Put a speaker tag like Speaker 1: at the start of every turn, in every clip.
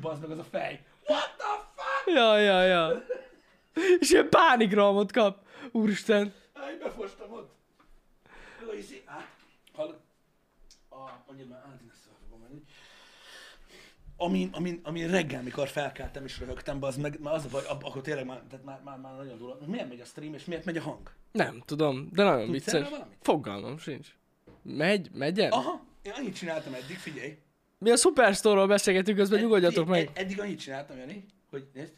Speaker 1: bazd meg az a fej. What the fuck?
Speaker 2: Ja, ja, ja. És ilyen pánikrámot kap. Úristen.
Speaker 1: Állj, befostam ott. Jó, Izi, át. Hallod? A, mondjad már, át, én ezt fel fogom menni. Amin, amin, amin reggel, mikor felkeltem és röhögtem, az meg, már az a baj, ab, akkor tényleg már, tehát már, már, már nagyon durva. Miért megy a stream, és miért megy a hang?
Speaker 2: Nem tudom, de nagyon
Speaker 1: Tudsz
Speaker 2: vicces.
Speaker 1: erről valamit? Ah.
Speaker 2: Fogalmam sincs. Megy, megyen?
Speaker 1: Aha, én annyit csináltam eddig, figyelj.
Speaker 2: Mi a Superstore-ról beszélgetünk, közben nyugodjatok
Speaker 1: Figyelj,
Speaker 2: meg.
Speaker 1: ed- Eddig annyit csináltam, Jani, hogy nézd,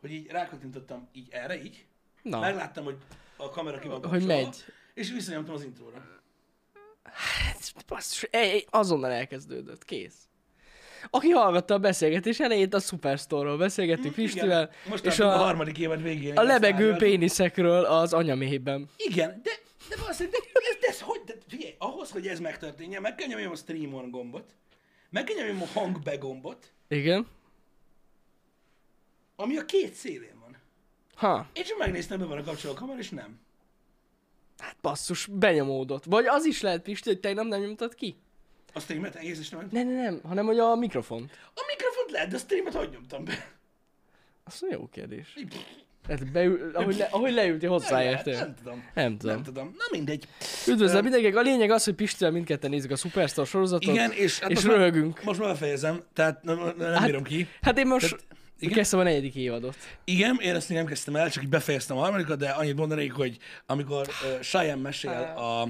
Speaker 1: hogy így rákattintottam így erre, így.
Speaker 2: Na.
Speaker 1: Megláttam, hogy a kamera ki van
Speaker 2: Hogy
Speaker 1: kapcsolva,
Speaker 2: megy.
Speaker 1: És visszanyomtam az intróra.
Speaker 2: Hát, Basszus, ej, ej, azonnal elkezdődött, kész. Aki hallgatta a beszélgetés elejét, a Superstore-ról beszélgettünk
Speaker 1: Hm, Igen,
Speaker 2: Pistivel,
Speaker 1: Most
Speaker 2: és
Speaker 1: a, a
Speaker 2: a,
Speaker 1: harmadik évad végén.
Speaker 2: a
Speaker 1: lesz
Speaker 2: lebegő
Speaker 1: tárgyal.
Speaker 2: péniszekről az anyamében.
Speaker 1: Igen, de, de valószínűleg, de, ez, de ez hogy, de, figyelj, ahhoz, hogy ez megtörténjen, meg kell nyomjam a stream on gombot, meg kell nyomjam a hang be gombot,
Speaker 2: Igen?
Speaker 1: ami a két szélén van.
Speaker 2: Ha,
Speaker 1: Én csak megnéztem, be van a kapcsoló kamera, és nem.
Speaker 2: hát basszus, benyomódott. Vagy az is lehet, Pisti, hogy tegnap nem nyomtad ki?
Speaker 1: A streamet egész és nem.
Speaker 2: Ne, ne, nem, hanem hogy a mikrofon.
Speaker 1: A mikrofont lehet, de a streamet hogy nyomtam be?
Speaker 2: Azt mondja, jó kérdés. Tehát beül, ahogy, le, ahogy leülti
Speaker 1: Nem,
Speaker 2: hozzáértél.
Speaker 1: nem tudom.
Speaker 2: Nem tudom.
Speaker 1: Nem tudom. Na mindegy.
Speaker 2: Üdvözlöm mindenkinek, a lényeg az, hogy Pistivel mindketten nézzük a Superstar sorozatot.
Speaker 1: Igen, és, hát
Speaker 2: és
Speaker 1: most már-
Speaker 2: röhögünk.
Speaker 1: Most már befejezem, tehát nem, nem nem bírom ki.
Speaker 2: Hát én most
Speaker 1: Tehát- igen.
Speaker 2: Tehát, kezdtem a negyedik évadot.
Speaker 1: Igen, én ezt még nem kezdtem el, csak így befejeztem a harmadikat, de annyit mondanék, hogy amikor uh, Cheyenne mesél a,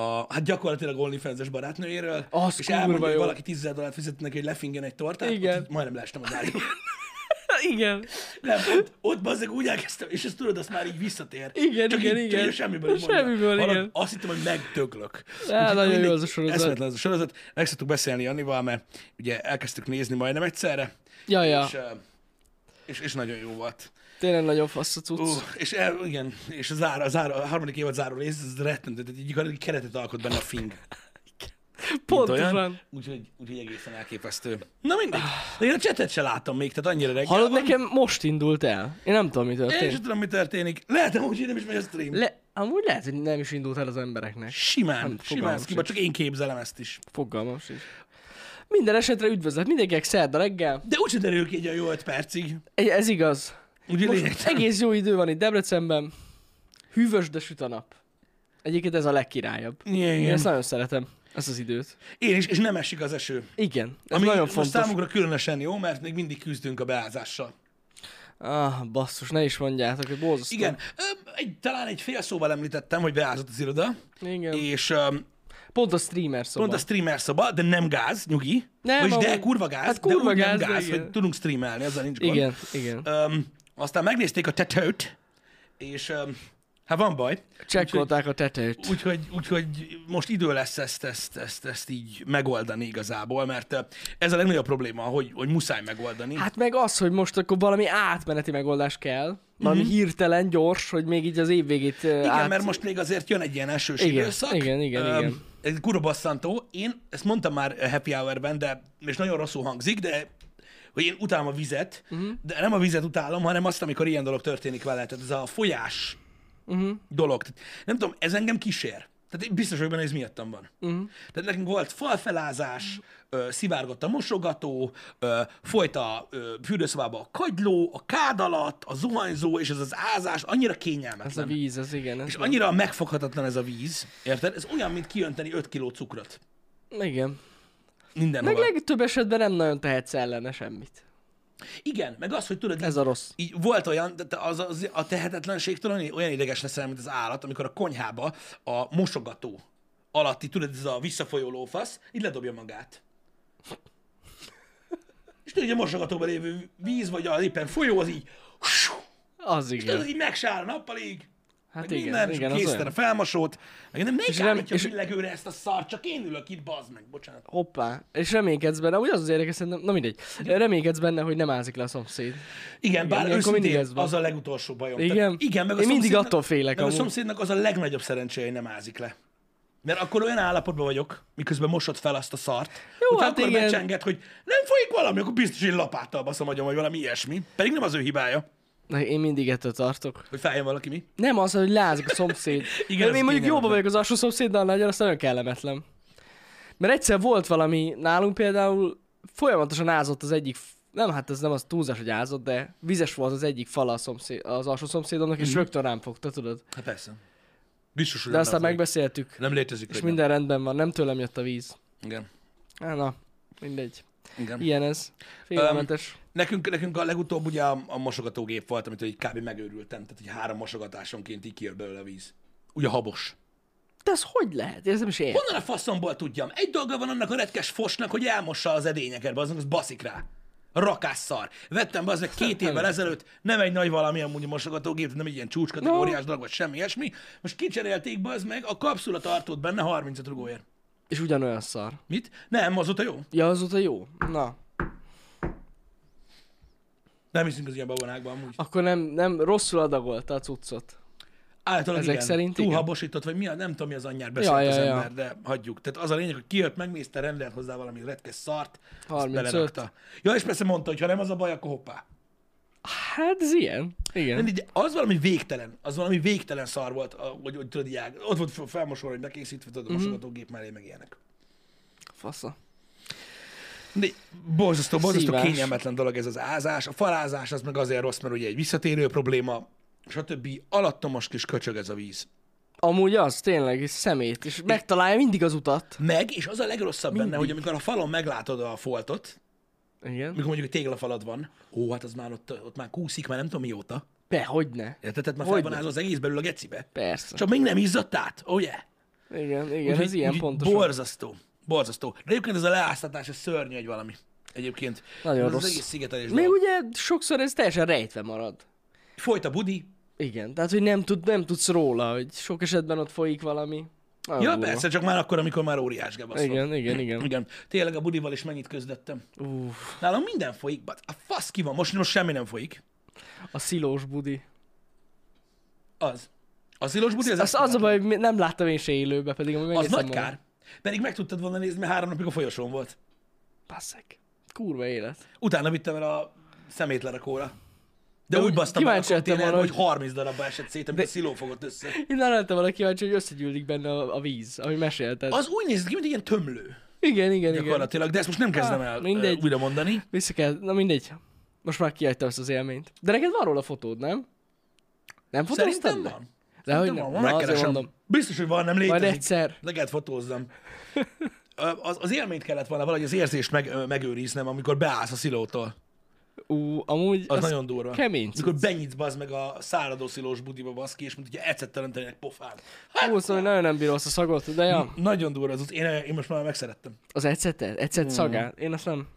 Speaker 1: a, hát gyakorlatilag OnlyFans-es barátnőjéről,
Speaker 2: Az
Speaker 1: és
Speaker 2: kurva
Speaker 1: elmondja, hogy
Speaker 2: jó.
Speaker 1: valaki 10 000 dollárt fizetett neki, hogy lefingen egy tortát,
Speaker 2: Igen.
Speaker 1: Ott így majdnem leestem az álljon.
Speaker 2: Igen.
Speaker 1: Nem, ott, ott bazzeg úgy elkezdtem, és ezt tudod, azt már így visszatér.
Speaker 2: Igen,
Speaker 1: Csak
Speaker 2: igen,
Speaker 1: így,
Speaker 2: igen.
Speaker 1: Csak semmiből, így mondja.
Speaker 2: Semmiből,
Speaker 1: Hallod,
Speaker 2: igen.
Speaker 1: Azt hittem, hogy megtöglök.
Speaker 2: Á,
Speaker 1: Úgyhogy
Speaker 2: nagyon jó
Speaker 1: mindegy,
Speaker 2: az a sorozat.
Speaker 1: Eszmetlen az a sorozat. Meg szoktuk beszélni Jannival, mert ugye elkezdtük nézni majdnem egyszerre.
Speaker 2: Ja, ja.
Speaker 1: És, ö, és, és nagyon jó volt.
Speaker 2: Tényleg nagyon fasz a cucc.
Speaker 1: Ó, és el, igen, és a, zár, a, zár, a harmadik évad záró rész, ez rettentő, tehát így igazi keretet alkot benne a fing. mint
Speaker 2: Pontosan.
Speaker 1: Úgyhogy, úgyhogy egészen elképesztő. Na mindegy. De én a csetet se láttam még, tehát annyira reggel
Speaker 2: Hallod,
Speaker 1: van.
Speaker 2: nekem most indult el. Én nem tudom, mi
Speaker 1: Én sem
Speaker 2: történt.
Speaker 1: tudom, mi történik. Lehetem úgy, hogy nem is megy a stream. Le- Hát,
Speaker 2: Le... Amúgy lehet, hogy nem is indult el az embereknek.
Speaker 1: simán,
Speaker 2: fogalmam
Speaker 1: simán,
Speaker 2: sincs.
Speaker 1: szkiba, csak én képzelem ezt is.
Speaker 2: Fogalmam sincs. Minden esetre üdvözlet mindenkinek szerda reggel.
Speaker 1: De úgy se derül ki egy olyan jó öt percig.
Speaker 2: Egy- Ez igaz.
Speaker 1: Ugye
Speaker 2: Most
Speaker 1: lényegtelen.
Speaker 2: egész jó idő van itt Debrecenben. Hűvös, de süt a nap. Egyébként ez a legkirályabb.
Speaker 1: Igen, igen.
Speaker 2: Én
Speaker 1: szóval-
Speaker 2: ezt nagyon szeretem, ezt az időt.
Speaker 1: Én is, és nem esik az eső.
Speaker 2: Igen, ez
Speaker 1: Ami
Speaker 2: nagyon
Speaker 1: most
Speaker 2: fontos.
Speaker 1: számunkra különösen jó, mert még mindig küzdünk a beázással.
Speaker 2: Ah, basszus, ne is mondjátok, hogy borzasztó.
Speaker 1: Igen, Ö, egy, talán egy fél szóval említettem, hogy beázott az iroda,
Speaker 2: Igen.
Speaker 1: és öm,
Speaker 2: Pont a streamer szoba.
Speaker 1: pont a streamer szoba, de nem gáz, nyugi.
Speaker 2: Nem,
Speaker 1: Vagyis de
Speaker 2: amúgy-
Speaker 1: kurva gáz,
Speaker 2: hát
Speaker 1: de
Speaker 2: kurva
Speaker 1: úgy
Speaker 2: gáz, de
Speaker 1: nem gáz,
Speaker 2: igen.
Speaker 1: hogy tudunk streamelni, azzal nincs gond.
Speaker 2: Igen, igen.
Speaker 1: Öm, aztán megnézték a tetőt, és öm, hát van baj.
Speaker 2: Csekkolták a tetőt.
Speaker 1: Úgyhogy, úgyhogy most idő lesz ezt, ezt, ezt, ezt így megoldani igazából, mert ö, ez a legnagyobb probléma, hogy, hogy muszáj megoldani.
Speaker 2: Hát meg az, hogy most akkor valami átmeneti megoldás kell. Valami hirtelen, gyors, hogy még így az év végét Igen,
Speaker 1: Mhm. Igen,
Speaker 2: át...
Speaker 1: mert most még azért jön egy ilyen esős
Speaker 2: hát- Igen,
Speaker 1: időszak.
Speaker 2: igen, igen,
Speaker 1: Öm,
Speaker 2: igen.
Speaker 1: Ez kurva basszantó. Én ezt mondtam már Happy Hour-ben, de, és nagyon rosszul hangzik, de hogy én utálom a vizet,
Speaker 2: Mhm.
Speaker 1: uh-huh. de nem a vizet utálom, hanem azt, amikor ilyen dolog történik vele. Tehát ez a folyás
Speaker 2: Mhm.
Speaker 1: uh-huh. dolog. Tehát Nem tudom, ez engem kísér. Tehát én biztos vagyok benne, hogy ez miattam van.
Speaker 2: Mhm.
Speaker 1: Uh-huh. Tehát nekünk volt falfelázás, ö, szivárgott a mosogató, ö, folyt a ö, fürdőszobába a kagyló, a kád alatt, a zuhanyzó, és ez az ázás annyira kényelmetlen.
Speaker 2: Ez a víz, ez igen. Ez
Speaker 1: És annyira megfoghatatlan ez a víz, érted? Ez olyan, mint kiönteni 5 kiló cukrot.
Speaker 2: Igen. Meg
Speaker 1: Mindenhova. Leg...
Speaker 2: legtöbb esetben nem nagyon tehetsz ellene semmit.
Speaker 1: Igen, meg az, hogy tudod,
Speaker 2: Ez a rossz.
Speaker 1: így volt olyan, de te- az, az, a tehetetlenségtől olyan- olyan ideges leszel, mint az állat, amikor a konyhába a mosogató alatti, tudod, ez a visszafolyó lófasz, így ledobja magát. És tudod, hogy a mosogatóban lévő víz, vagy az éppen folyó, az így,
Speaker 2: Az
Speaker 1: tudod,
Speaker 2: igen.
Speaker 1: így megsár a nappalig,
Speaker 2: Hát
Speaker 1: meg
Speaker 2: igen,
Speaker 1: minden,
Speaker 2: igen,
Speaker 1: és
Speaker 2: az
Speaker 1: készíten a
Speaker 2: olyan.
Speaker 1: felmosót, meg nem, ne
Speaker 2: nem-
Speaker 1: állítja
Speaker 2: és-
Speaker 1: és... billegőre ezt a szart, csak én ülök itt, bazd meg, bocsánat.
Speaker 2: Hoppá. És reménykedsz benne, úgy az az érdekes, szerintem, na mindegy. Reménykedsz benne, hogy nem ázik le a szomszéd.
Speaker 1: Igen, bár
Speaker 2: ilyenkor mindig
Speaker 1: őszintén
Speaker 2: ez van.
Speaker 1: az a legutolsó bajom.
Speaker 2: Igen?
Speaker 1: Tehát, igen meg a
Speaker 2: Én mindig
Speaker 1: szomszédnak-
Speaker 2: attól félek
Speaker 1: Meg a
Speaker 2: amúgy.
Speaker 1: szomszédnak az a legnagyobb szerencséje, hogy nem ázik le. Mert akkor olyan állapotban vagyok, miközben mosod fel azt a szart, Jó, hogy
Speaker 2: hát
Speaker 1: akkor
Speaker 2: igen.
Speaker 1: becsenget, hogy nem folyik valami, akkor biztos, hogy lapáttal baszom agyom, vagy valami ilyesmi. Pedig nem az ő hibája,
Speaker 2: Na, én mindig ettől tartok.
Speaker 1: hogy fájjon valaki mi.
Speaker 2: Nem az, hogy lázik a szomszéd.
Speaker 1: Igen,
Speaker 2: Igen,
Speaker 1: ez
Speaker 2: én mondjuk
Speaker 1: kényelmetlen.
Speaker 2: jobban vagyok az alsó szomszéddal, nagyon, az nagyon kellemetlen. Mert egyszer volt valami, nálunk például folyamatosan ázott az egyik f- nem, hát ez nem az túlzás, hogy ázott, de vizes volt az egyik fala a szomszéd, az alsó szomszédomnak, és rögtön rám fogta, tudod?
Speaker 1: Hát persze. Biztos, hogy
Speaker 2: De
Speaker 1: nem
Speaker 2: aztán
Speaker 1: látom,
Speaker 2: megbeszéltük,
Speaker 1: hogy Nem létezik.
Speaker 2: és
Speaker 1: hogy nem.
Speaker 2: minden rendben van, nem tőlem jött a víz.
Speaker 1: Igen.
Speaker 2: Á, na, mindegy.
Speaker 1: Igen.
Speaker 2: Ilyen ez. Félelmetes.
Speaker 1: Nekünk, nekünk a legutóbb ugye a, a mosogatógép volt, amit hogy kb. megőrültem. Tehát, hogy három mosogatásonként így kijött belőle a víz. Ugye a habos.
Speaker 2: De ez hogy lehet? Ez nem is ér.
Speaker 1: Honnan a faszomból tudjam? Egy dolga van annak a retkes fosnak, hogy elmossa az edényeket, az az baszik rá. Rakás szar. Vettem be az meg két évvel ezelőtt, nem egy nagy valami amúgy a mosogatógép, nem egy ilyen csúcskategóriás dolog, vagy semmi ilyesmi. Most kicserélték be az meg, a kapszula tartott benne 35 rugóért.
Speaker 2: És ugyanolyan szar.
Speaker 1: Mit? Nem, azóta jó.
Speaker 2: Ja, azóta jó. Na,
Speaker 1: Nem hiszünk az ilyen babonákban amúgy.
Speaker 2: akkor nem, nem rosszul adagolta a cuccot.
Speaker 1: Általában
Speaker 2: Ezek
Speaker 1: igen.
Speaker 2: szerint
Speaker 1: Túl
Speaker 2: igen.
Speaker 1: habosított, vagy mi a, nem tudom, mi az anyjár beszélt
Speaker 2: Ja,
Speaker 1: az
Speaker 2: ja, ja.
Speaker 1: ember, de hagyjuk. Tehát az a lényeg, hogy kijött, megnézte, rendelt hozzá valami retkes szart, azt
Speaker 2: 35.
Speaker 1: belerakta. Ja, és persze mondta, hogy ha nem az a baj, akkor hoppá.
Speaker 2: Hát ez ilyen. Igen.
Speaker 1: Nem, de az valami végtelen, az valami végtelen szar volt, a- hogy, hogy tudod, így ág- ott volt fel- felmosolva, hogy bekészítve, tudod, a
Speaker 2: Mhm.
Speaker 1: mosogatógép mellé, meg ilyenek.
Speaker 2: Fasza.
Speaker 1: De borzasztó, borzasztó
Speaker 2: Szívás.
Speaker 1: kényelmetlen dolog ez az ázás. A falázás az meg azért rossz, mert ugye egy visszatérő probléma, stb. alattomos kis köcsög ez a víz.
Speaker 2: Amúgy az, tényleg, és szemét, és megtalálja mindig az utat.
Speaker 1: Meg, és az a legrosszabb Mindig. benne, hogy amikor a falon meglátod a foltot,
Speaker 2: Igen.
Speaker 1: mikor mondjuk egy téglafalat van, ó, hát az már ott, ott már kúszik, már nem tudom mióta.
Speaker 2: Be, hogy ne.
Speaker 1: Érted? Tehát már
Speaker 2: Hogyne.
Speaker 1: fel van az egész belül a gecibe.
Speaker 2: Persze.
Speaker 1: Csak még nem izzadt át, ó, oh, yeah.
Speaker 2: Igen, igen, ez ilyen pontosan.
Speaker 1: Borzasztó. Borzasztó. De egyébként ez a leáztatás, ez szörnyű, hogy valami. Egyébként.
Speaker 2: Nagyon
Speaker 1: ez
Speaker 2: rossz.
Speaker 1: Az egész szigetelés
Speaker 2: Még
Speaker 1: dolog.
Speaker 2: ugye sokszor ez teljesen rejtve marad.
Speaker 1: Folyt a budi.
Speaker 2: Igen, tehát hogy nem, tud, nem tudsz róla, hogy sok esetben ott folyik valami. Nagyon
Speaker 1: ja,
Speaker 2: durva.
Speaker 1: persze, csak már akkor, amikor már óriás gebasz volt.
Speaker 2: Igen, igen, igen.
Speaker 1: Igen. Tényleg a budival is mennyit közdöttem.
Speaker 2: Uff,
Speaker 1: Nálam minden folyik, but a fasz ki van, most, most semmi nem folyik.
Speaker 2: a szilós budi.
Speaker 1: Az. Az ilos budi, ez
Speaker 2: Az, az a baj, hogy mi- nem láttam én se élőbe, pedig ami
Speaker 1: Az
Speaker 2: megnéztem
Speaker 1: nagy
Speaker 2: volna.
Speaker 1: kár. Pedig meg tudtad volna nézni, mert három napig a folyosón volt.
Speaker 2: Passzek. Kurva élet.
Speaker 1: Utána vittem el a szemétlerakóra. De,
Speaker 2: De
Speaker 1: úgy
Speaker 2: úgy
Speaker 1: basztam el a
Speaker 2: kíváncsi lettem
Speaker 1: konténerbe,
Speaker 2: volna,
Speaker 1: hogy 30 darabba esett szét, amit a sziló fogott össze.
Speaker 2: Én arra lettem valaki kíváncsi, hogy összegyűlik benne a, a víz, ahogy mesélted.
Speaker 1: Az úgy nézett ki, mint egy ilyen tömlő
Speaker 2: Igen, igen, igen.
Speaker 1: gyakorlatilag, de ezt most nem kezdem
Speaker 2: Ah,
Speaker 1: el
Speaker 2: mindegy.
Speaker 1: mindegy. újra mondani.
Speaker 2: Vissza kell, na mindegy. Most már kiadtam ezt az élményt. De neked van róla fotód, nem? Nem fotóztad
Speaker 1: Szerintem
Speaker 2: le?
Speaker 1: van.
Speaker 2: De hogy
Speaker 1: Szerintem
Speaker 2: nem.
Speaker 1: van,
Speaker 2: Na, azért
Speaker 1: megkeresem.
Speaker 2: mondom.
Speaker 1: Biztos, hogy van, nem létezik.
Speaker 2: Majd egyszer.
Speaker 1: Le kellett fotózzam. Ö, Az, az élményt kellett volna valahogy az érzést meg, ö, megőriznem, amikor beállsz a szilótól.
Speaker 2: Ú, amúgy
Speaker 1: Az, nagyon durva.
Speaker 2: kemény
Speaker 1: Mikor benyitsz bazd meg a száradó szilós budiba bazd ki, és mint ugye ecet teremtenének pofán. Hát,
Speaker 2: Hú, szóval nagyon nem bírom azt a szagot, de ja,
Speaker 1: Nagyon durva az út. Én, én most már megszerettem.
Speaker 2: az ecetet, ecet
Speaker 1: Mm.
Speaker 2: szagát, én azt nem.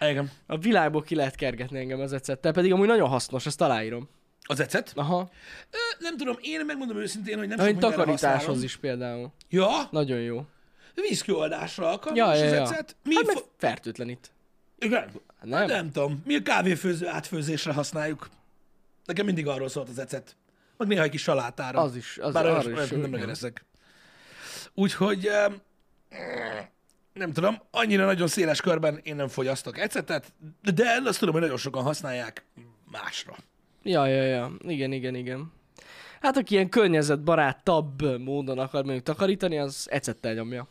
Speaker 1: Igen.
Speaker 2: A világból ki lehet kergetni engem az ecettel, pedig amúgy nagyon hasznos, ezt aláírom.
Speaker 1: Az ecet?
Speaker 2: Aha.
Speaker 1: Ö, nem tudom, én megmondom őszintén, hogy nem
Speaker 2: Na,
Speaker 1: sok
Speaker 2: hogy
Speaker 1: mindenre
Speaker 2: takarításhoz
Speaker 1: használom.
Speaker 2: is például.
Speaker 1: Ja,
Speaker 2: Nagyon jó.
Speaker 1: vízkioldásra alkalmas
Speaker 2: Ja, ja,
Speaker 1: az
Speaker 2: ja.
Speaker 1: ecet. Mi
Speaker 2: hát
Speaker 1: hát
Speaker 2: meg
Speaker 1: fo-
Speaker 2: fertőtlenít.
Speaker 1: Igen.
Speaker 2: Hát nem.
Speaker 1: nem tudom. Mi a kávéfőző átfőzésre használjuk. Nekem mindig arról szólt az ecet. Meg néha egy kis salátára.
Speaker 2: Az is, az
Speaker 1: Bár
Speaker 2: arra
Speaker 1: olyas,
Speaker 2: is
Speaker 1: olyas
Speaker 2: jó,
Speaker 1: nem
Speaker 2: igen.
Speaker 1: nagyon eszek. Úgyhogy em, nem tudom, annyira nagyon széles körben én nem fogyasztok ecetet, de azt tudom, hogy nagyon sokan használják másra.
Speaker 2: Ja, ja, ja. Igen, igen, igen. Hát aki ilyen környezetbarátabb módon akar mondjuk takarítani, az ecettel nyomja.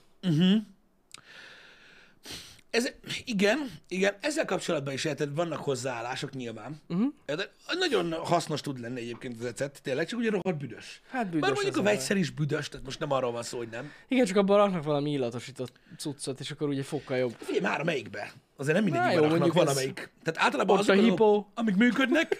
Speaker 1: Ez, igen, igen, ezzel kapcsolatban is érted, vannak hozzáállások nyilván.
Speaker 2: Mhm.
Speaker 1: Uh-huh. De nagyon hasznos tud lenni egyébként az ecet, tényleg, csak ugye rohadt büdös.
Speaker 2: Hát büdös
Speaker 1: Bár
Speaker 2: az
Speaker 1: mondjuk a
Speaker 2: a baj.
Speaker 1: vegyszer is büdös, tehát most nem arról van szó, hogy nem.
Speaker 2: Igen, csak abban raknak valami illatosított cuccot, és akkor ugye fokkal jobb.
Speaker 1: Figyelj, már amelyikbe. Azért nem
Speaker 2: Na
Speaker 1: mindegyik
Speaker 2: jó,
Speaker 1: raknak,
Speaker 2: mondjuk
Speaker 1: van
Speaker 2: ez-
Speaker 1: amelyik. Tehát általában
Speaker 2: Ott a
Speaker 1: azok, a
Speaker 2: hipó.
Speaker 1: dolgok, amik működnek,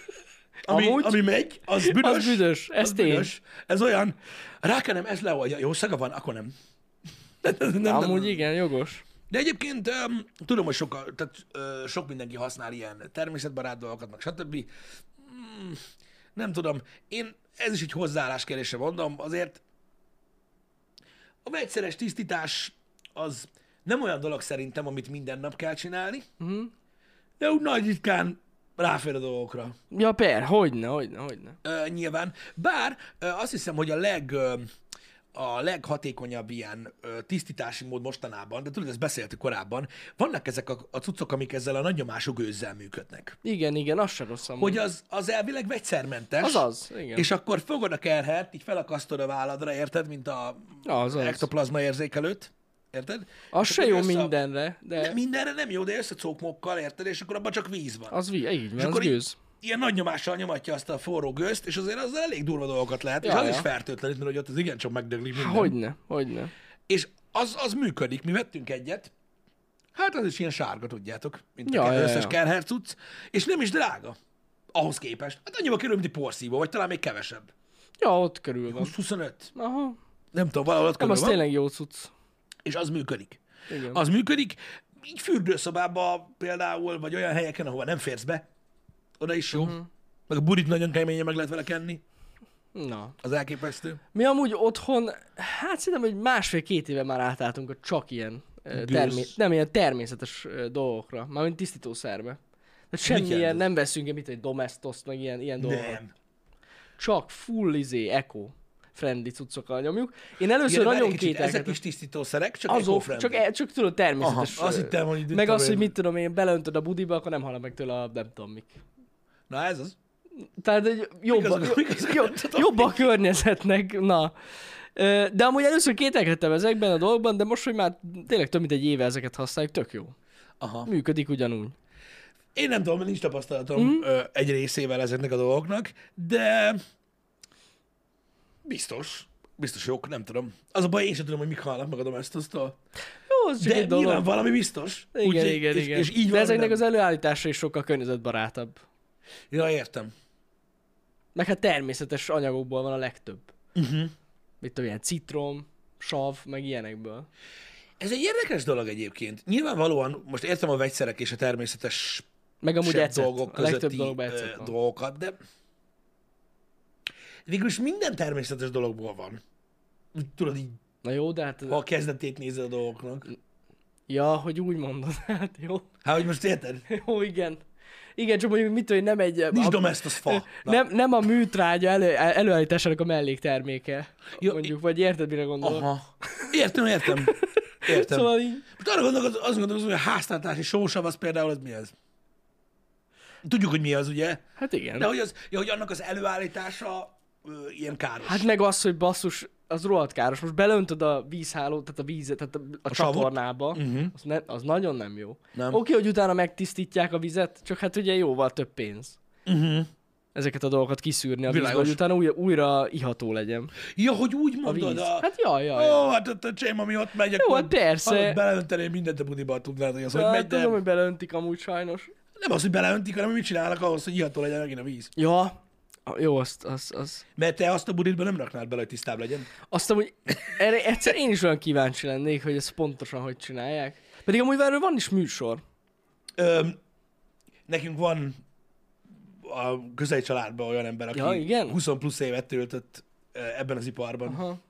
Speaker 1: ami,
Speaker 2: Amúgy?
Speaker 1: ami megy, az büdös.
Speaker 2: Az büdös, ez
Speaker 1: az
Speaker 2: tény.
Speaker 1: büdös. Ez olyan, rá kell nem, ez leolja. Jó szaga van, akkor nem. nem, nem, nem.
Speaker 2: Amúgy igen, jogos.
Speaker 1: De egyébként um, tudom, hogy soka, tehát, uh, sok mindenki használ ilyen természetbarát dolgokat, meg stb. Mm, nem tudom. Én ez is egy hozzáállás kérdése mondom, azért a vegyszeres tisztítás az nem olyan dolog szerintem, amit minden nap kell csinálni, uh-huh. de úgy nagy ritkán ráfér a dolgokra.
Speaker 2: Ja, per, hogyne, hogyne, hogyne.
Speaker 1: Ö, nyilván. Bár ö, azt hiszem, hogy a leg ö, a leghatékonyabb ilyen ö, tisztítási mód mostanában, de tudod, ezt beszéltük korábban, vannak ezek a, a cuccok, amik ezzel a nagyomású gőzzel működnek.
Speaker 2: Igen, igen, az se rossz amúgy.
Speaker 1: Hogy az, az elvileg vegyszermentes.
Speaker 2: Mm. Az az, igen.
Speaker 1: És akkor fogod a kerhet, így felakasztod a válladra, érted, mint a
Speaker 2: Az az.
Speaker 1: ektoplazma érzékelőt, Érted?
Speaker 2: Az
Speaker 1: És
Speaker 2: se
Speaker 1: akkor
Speaker 2: jó
Speaker 1: jössz a-
Speaker 2: mindenre, de
Speaker 1: Nem, mindenre nem jó, de összecókmokkal, érted? És akkor abban csak víz van.
Speaker 2: az vi, így van, az
Speaker 1: akkor így-
Speaker 2: gőz.
Speaker 1: Ilyen nagy nyomással nyomatja azt a forró gőzt, és azért azzal elég durva dolgokat lehet, és
Speaker 2: Ja,
Speaker 1: az
Speaker 2: ja.
Speaker 1: is fertőtlenít, mert hogy ott az igencsak megdöglik minden.
Speaker 2: Hogyne, hogyne.
Speaker 1: És az, az működik. Mi vettünk egyet, hát az is ilyen sárga, tudjátok, mint
Speaker 2: Ja,
Speaker 1: ja,
Speaker 2: ja,
Speaker 1: az összes
Speaker 2: ja.
Speaker 1: ja. Kerher cucc, és nem is drága ahhoz képest. Hát annyiba kerül, mint egy porszívó, vagy talán még kevesebb.
Speaker 2: Ja, ott körül van.
Speaker 1: 20-25,
Speaker 2: Aha.
Speaker 1: nem tudom, valahol ott
Speaker 2: Nem,
Speaker 1: körül
Speaker 2: az
Speaker 1: van,
Speaker 2: tényleg jó cucc.
Speaker 1: és az működik.
Speaker 2: Igen.
Speaker 1: Az működik, így fürdőszobába például, vagy olyan helyeken, ahova nem férsz be, oda is
Speaker 2: Mhm.
Speaker 1: jó. Uh-huh. Meg a burit nagyon keményen meg lehet vele kenni,
Speaker 2: Na.
Speaker 1: az elképesztő.
Speaker 2: Mi amúgy otthon, hát szerintem, hogy másfél-két éve már átálltunk a csak ilyen, ö,
Speaker 1: Gőz.
Speaker 2: termé- nem, ilyen természetes ö, dolgokra, mármint tisztítószerbe. Tehát semmilyen,
Speaker 1: jelent
Speaker 2: nem veszünk el, mit egy domestoszt, meg ilyen, ilyen dolgokat.
Speaker 1: Nem.
Speaker 2: Csak full izé, eco friendly cuccokkal nyomjuk. Én először
Speaker 1: Igen,
Speaker 2: nagyon
Speaker 1: várj egy kicsit, Ezek
Speaker 2: kételkedtem.
Speaker 1: is tisztítószerek, csak
Speaker 2: Azok,
Speaker 1: eco-friendly.
Speaker 2: csak, e- csak tudod, természetes.
Speaker 1: Aha, azt
Speaker 2: ö,
Speaker 1: hittem, hogy itt
Speaker 2: meg
Speaker 1: tudom
Speaker 2: az,
Speaker 1: én.
Speaker 2: hogy mit tudom én, belöntöd a budiba, akkor nem halad meg tőle a nem tudom mik.
Speaker 1: Na ez az.
Speaker 2: Tehát egy jobb,
Speaker 1: azok a-
Speaker 2: a-
Speaker 1: mik azok a-
Speaker 2: jobb,
Speaker 1: nem tudom,
Speaker 2: jobb a környezetnek, na. Ö, De amúgy először kételkedtem ezekben a dolgokban, de most, hogy már tényleg több mint egy éve ezeket használjuk, tök jó.
Speaker 1: Aha.
Speaker 2: Működik ugyanúgy.
Speaker 1: Én nem tudom, nincs tapasztalatom
Speaker 2: Mhm.
Speaker 1: mm. ö, egy részével ezeknek a dolgoknak, de biztos, biztos jók, nem tudom. Az a baj, én sem tudom, hogy mik hallnak meg a domestostól.
Speaker 2: Jó, az csak
Speaker 1: De
Speaker 2: egy
Speaker 1: nyilván
Speaker 2: dolog.
Speaker 1: valami biztos.
Speaker 2: Igen,
Speaker 1: Úgyhogy-
Speaker 2: igen,
Speaker 1: és,
Speaker 2: igen.
Speaker 1: És így
Speaker 2: de
Speaker 1: van,
Speaker 2: ezeknek
Speaker 1: nem.
Speaker 2: az előállítása is sokkal környezetbarátabb.
Speaker 1: Ja, értem.
Speaker 2: Meg hát természetes anyagokból van a legtöbb.
Speaker 1: Uh-huh.
Speaker 2: Mit tudom, ilyen citrom, sav, meg ilyenekből.
Speaker 1: Ez egy érdekes dolog egyébként. Nyilvánvalóan most értem a vegyszerek és a természetes
Speaker 2: Meg amúgy
Speaker 1: sebb
Speaker 2: ecet.
Speaker 1: dolgok
Speaker 2: A legtöbb
Speaker 1: közötti
Speaker 2: dologban
Speaker 1: ö,
Speaker 2: ecet van.
Speaker 1: dolgokat, de végülis minden természetes dologból van. Tudod, így,
Speaker 2: Na jó, de hát...
Speaker 1: ha a kezdetét nézed a dolgoknak.
Speaker 2: Ja, hogy úgy mondod, hát jó.
Speaker 1: Hát, hogy most érted?
Speaker 2: Jó, igen. Igen, csak mondjuk mit tudom, én, nem egy...
Speaker 1: Nincs
Speaker 2: a-
Speaker 1: domestos fa. Na.
Speaker 2: Nem, nem a műtrágya elő, előállításának a mellékterméke.
Speaker 1: Jó,
Speaker 2: mondjuk, vagy érted, mire gondolok.
Speaker 1: Aha. Értem, értem. Értem. Szóval...
Speaker 2: Szóval így,
Speaker 1: Most arra gondolok, azt gondolom, hogy a háztartási sósav az például, az mi az? Tudjuk, hogy mi az, ugye?
Speaker 2: hát igen.
Speaker 1: De hogy, az, ja, hogy annak az előállítása ö, ilyen káros.
Speaker 2: Hát meg az, hogy basszus, az rohadt káros. Most belöntöd a vízhálót, tehát a vízet, tehát a, a, a
Speaker 1: savot? Mhm.
Speaker 2: csatornába. Uh-huh. Az, ne, az nagyon nem jó.
Speaker 1: Nem.
Speaker 2: Oké, hogy utána megtisztítják a vizet, csak hát ugye jóval több pénz.
Speaker 1: uh-huh.
Speaker 2: Ezeket a dolgokat kiszűrni a vízből,
Speaker 1: Világos.
Speaker 2: hogy utána újra, újra iható legyen.
Speaker 1: Ja, hogy úgy
Speaker 2: A víz.
Speaker 1: mondod a...
Speaker 2: Hát jaj,
Speaker 1: Ó,
Speaker 2: jaj. jaj.
Speaker 1: oh, hát ott a csém, ami ott megy,
Speaker 2: hát persze.
Speaker 1: Hallod, beleöntenél mindent a budiba, tudnád, hogy az, hogy
Speaker 2: Hát
Speaker 1: megy, de
Speaker 2: tudom, hogy belöntik amúgy sajnos.
Speaker 1: nem az, hogy beleöntik, hanem hogy mit csinálnak ahhoz, hogy iható legyen megint a víz.
Speaker 2: Ja, Ah, jó, azt, az, az.
Speaker 1: Mert te azt a buditba nem raknád bele, hogy tisztább legyen.
Speaker 2: Azt amúgy erre egyszer én is olyan kíváncsi lennék, hogy ezt pontosan hogy csinálják. Pedig amúgy erről van is műsor.
Speaker 1: Öm, nekünk van a közeli családban olyan ember, aki
Speaker 2: Ja, igen?
Speaker 1: 20 plusz évet töltött ö, ebben az iparban.
Speaker 2: Aha.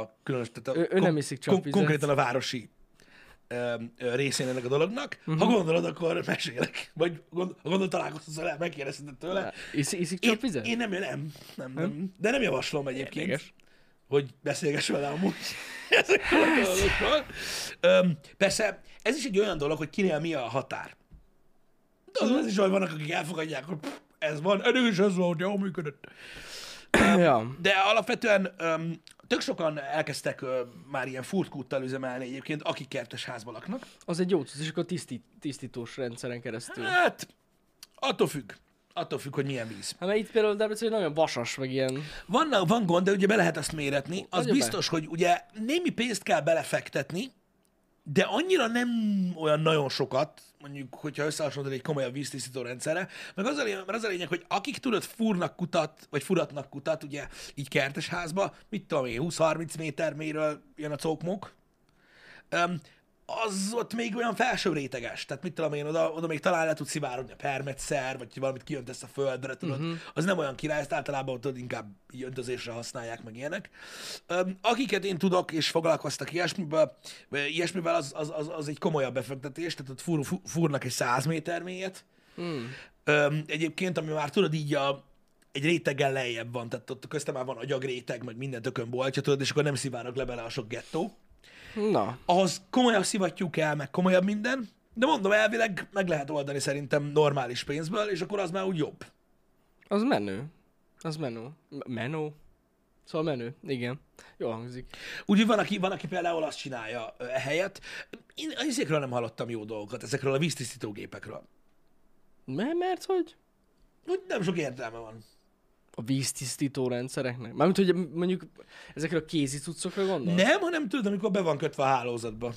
Speaker 1: A különös, tehát a,
Speaker 2: Ő- ő nem iszik csak vizet.
Speaker 1: Konkrétan a városi öm, ö, részén ennek a dolognak. Uh-huh.
Speaker 2: Mhm.
Speaker 1: Ha gondolod, akkor mesélek. Vagy gond, ha gondolod, találkozhatsz vele, megkérdezheted tőle.
Speaker 2: Iszik, iszik
Speaker 1: Én,
Speaker 2: csak vizet?
Speaker 1: én nem, nem, nem, nem, de nem javaslom egyébként
Speaker 2: Érdekes.
Speaker 1: hogy beszélgess vele amúgy ezekről a
Speaker 2: Hát.
Speaker 1: dolgokról. Öm, persze, ez is egy olyan dolog, hogy kinél mi a határ.
Speaker 2: Mhm.
Speaker 1: Tudom, ez is olyan vannak, akik elfogadják, hogy pff, ez van, eddig is ez volt, jól működött.
Speaker 2: Ja.
Speaker 1: De alapvetően öm, tök sokan elkezdtek öm, már ilyen furtkúttal üzemelni egyébként, akik kertes házban laknak.
Speaker 2: Az egy jó cucc, és akkor tisztít, tisztítós rendszeren keresztül.
Speaker 1: Hát, attól függ. Attól függ, hogy milyen víz.
Speaker 2: Hát mert itt például Debrecen nagyon vasas, meg ilyen...
Speaker 1: Van, van gond, de ugye be lehet azt méretni. Az
Speaker 2: Nagyon
Speaker 1: biztos, hogy ugye némi pénzt kell belefektetni, de annyira nem olyan nagyon sokat, mondjuk, hogyha összehasonlítod egy komolyabb víztisztító rendszerre, meg az a, lényeg, mert az a lényeg, hogy akik tudod fúrnak kutat, vagy furatnak kutat, ugye így kertes házba, mit tudom én, 20-30 méter mélyről jön a cókmok, öm, az ott még olyan felső réteges. Tehát mit tudom én, oda, oda még talán le tudsz szivárodni a permetszer, vagy valamit kiöntesz a földre, tudod. Uh-huh. Az nem olyan király, ezt általában ott inkább így öntözésre használják, meg ilyenek. Öm, akiket én tudok, és foglalkoztak ilyesmiből, ö, ilyesmivel, az, az, az, az egy komolyabb befektetés, tehát ott fúr, fú- fúrnak egy 100 méter mélyet. Öm, egyébként, ami már tudod így a, egy réteggel lejjebb van, tehát ott köztem már van agyagréteg, meg minden tökön boltja, tudod, és akkor nem szivárok le bele a sok gettó
Speaker 2: Na.
Speaker 1: ahhoz komolyabb szivattyú kell, meg komolyabb minden, de mondom, elvileg meg lehet oldani szerintem normális pénzből, és akkor az már úgy jobb.
Speaker 2: Az menő. Az menő. M- Menő? Szóval menő, igen. Jó hangzik.
Speaker 1: Úgyhogy van aki, van, aki például azt csinálja ö, ehelyett. Én ezekről nem hallottam jó dolgokat, ezekről a víztisztítógépekről.
Speaker 2: Mert, mert hogy?
Speaker 1: Úgy nem sok értelme van.
Speaker 2: A víztisztító rendszereknek. Mármint, hogy mondjuk ezekre a kézi cuccokra gondolsz?
Speaker 1: Nem, hanem tudod, amikor be van kötve a hálózatba.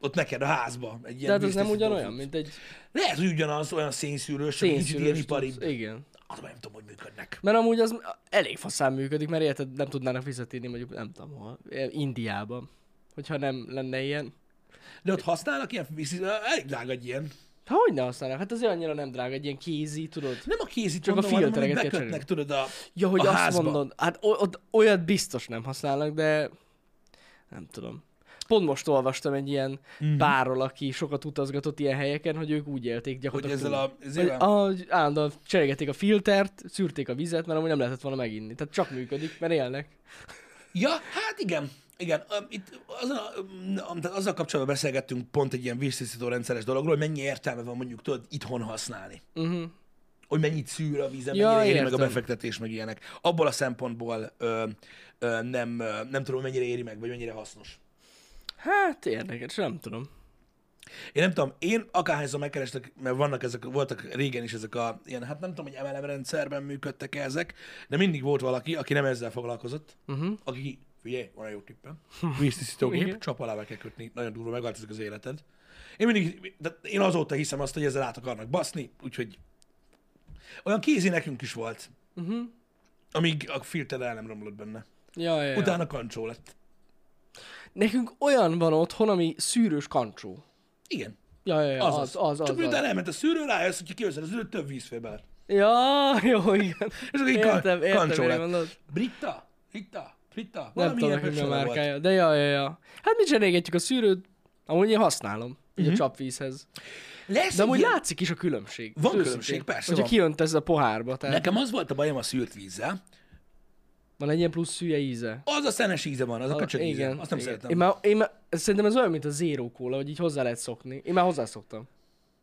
Speaker 1: Ott neked a házba. Egy ilyen
Speaker 2: De hát ez nem
Speaker 1: víztisztító
Speaker 2: ugyanolyan,
Speaker 1: cucc.
Speaker 2: mint egy
Speaker 1: Lehet, hogy ugyanaz, olyan szénszűrős, csak kicsit ilyen
Speaker 2: szénszűrős
Speaker 1: ipari.
Speaker 2: cucc. Igen.
Speaker 1: Azt már nem tudom, hogy működnek.
Speaker 2: Mert amúgy az elég faszán működik, mert érted, nem tudnának fizetni mondjuk, nem tudom hol, Indiában, hogyha nem lenne ilyen.
Speaker 1: De ott használnak ilyen víztisztító, elég drága egy ilyen.
Speaker 2: Ha hogy ne használnak? Hát azért annyira nem drága, egy ilyen kézi, tudod?
Speaker 1: Nem a kézit
Speaker 2: Csak a
Speaker 1: mondom, hanem amit
Speaker 2: filtereket kell
Speaker 1: bekötnek, tudod, a,
Speaker 2: Ja, hogy
Speaker 1: a
Speaker 2: azt
Speaker 1: házba.
Speaker 2: mondod, hát o- ott olyat biztos nem használnak, de nem tudom. Pont most olvastam egy ilyen mm. párról, aki sokat utazgatott ilyen helyeken, hogy ők úgy élték
Speaker 1: Hogy
Speaker 2: gyakorlatilag.
Speaker 1: ezzel
Speaker 2: túl.
Speaker 1: a... Ezzel a...
Speaker 2: Hogy a, állandóan cserélgették a filtert, szűrték a vizet, mert amúgy nem lehetett volna meginni. Tehát csak működik, mert élnek.
Speaker 1: Ja, hát igen. Igen, Öm, itt azon, a- öm, tehát azzal kapcsolatban beszélgettünk pont egy ilyen víztisztító rendszeres dologról, hogy mennyi értelme van mondjuk tudod itthon használni.
Speaker 2: Uh-huh.
Speaker 1: Hogy mennyit szűr a víze,
Speaker 2: Ja,
Speaker 1: mennyire éri meg a
Speaker 2: értem.
Speaker 1: befektetés, meg ilyenek. Abból a szempontból ö, ö, nem, ö, nem tudom, mennyire éri meg, vagy mennyire hasznos.
Speaker 2: Hát érdekes, nem tudom.
Speaker 1: Én nem tudom, én akárhányszor megkerestek, mert vannak ezek, voltak régen is ezek a ilyen, hát nem tudom, hogy MLM rendszerben működtek ezek, de mindig volt valaki, aki nem ezzel foglalkozott, uh-huh. aki, figyelj, van egy jó tippem, víztisztítógép,
Speaker 2: Mhm. Igen.
Speaker 1: csap alá be kell kötni, nagyon durva, megváltozik az életed. Én mindig, de én azóta hiszem azt, hogy ezzel át akarnak baszni, úgyhogy olyan kézi nekünk is volt, uh-huh.
Speaker 2: Mhm.
Speaker 1: amíg a filter el nem romlott benne.
Speaker 2: Ja, ja, ja. Utána...
Speaker 1: Utána kancsó lett.
Speaker 2: Nekünk olyan van otthon, ami szűrős kancsó.
Speaker 1: Igen.
Speaker 2: Ja, ja, ja,
Speaker 1: Az,
Speaker 2: az, az, az. az,
Speaker 1: Csak
Speaker 2: az,
Speaker 1: miután elment a szűrő, rájössz, hogyha kihozzad a szűrőt, több víz fél bele.
Speaker 2: Ja, jó, igen.
Speaker 1: És akkor így kan-
Speaker 2: Értem, értem,
Speaker 1: kancsó
Speaker 2: mire
Speaker 1: lett.
Speaker 2: gondolod.
Speaker 1: Britta, Britta, Britta,
Speaker 2: Nem
Speaker 1: valami
Speaker 2: tudom,
Speaker 1: ilyen
Speaker 2: hogy mi a
Speaker 1: pöcsöve volt.
Speaker 2: márkája. Volt. De ja, ja, ja. Hát mi cserélgetjük a szűrőt, amúgy én használom, uh-huh.
Speaker 1: Mhm.
Speaker 2: a csapvízhez.
Speaker 1: Lesz
Speaker 2: De amúgy
Speaker 1: ilyen-
Speaker 2: látszik is a különbség.
Speaker 1: Van
Speaker 2: az
Speaker 1: különbség,
Speaker 2: őszintén.
Speaker 1: persze
Speaker 2: Hogyha
Speaker 1: van.
Speaker 2: kiönt ez a pohárba, tehát
Speaker 1: Nekem az volt a bajom a szűrt vízzel.
Speaker 2: van egy ilyen plusz szűje íze.
Speaker 1: Az a szenes íze van, az a, a köcsög íze. Azt nem szeretem.
Speaker 2: Ah, Én már, én már, szerintem ez olyan, mint a zero cola, hogy így hozzá lehet szokni. Én már hozzászoktam.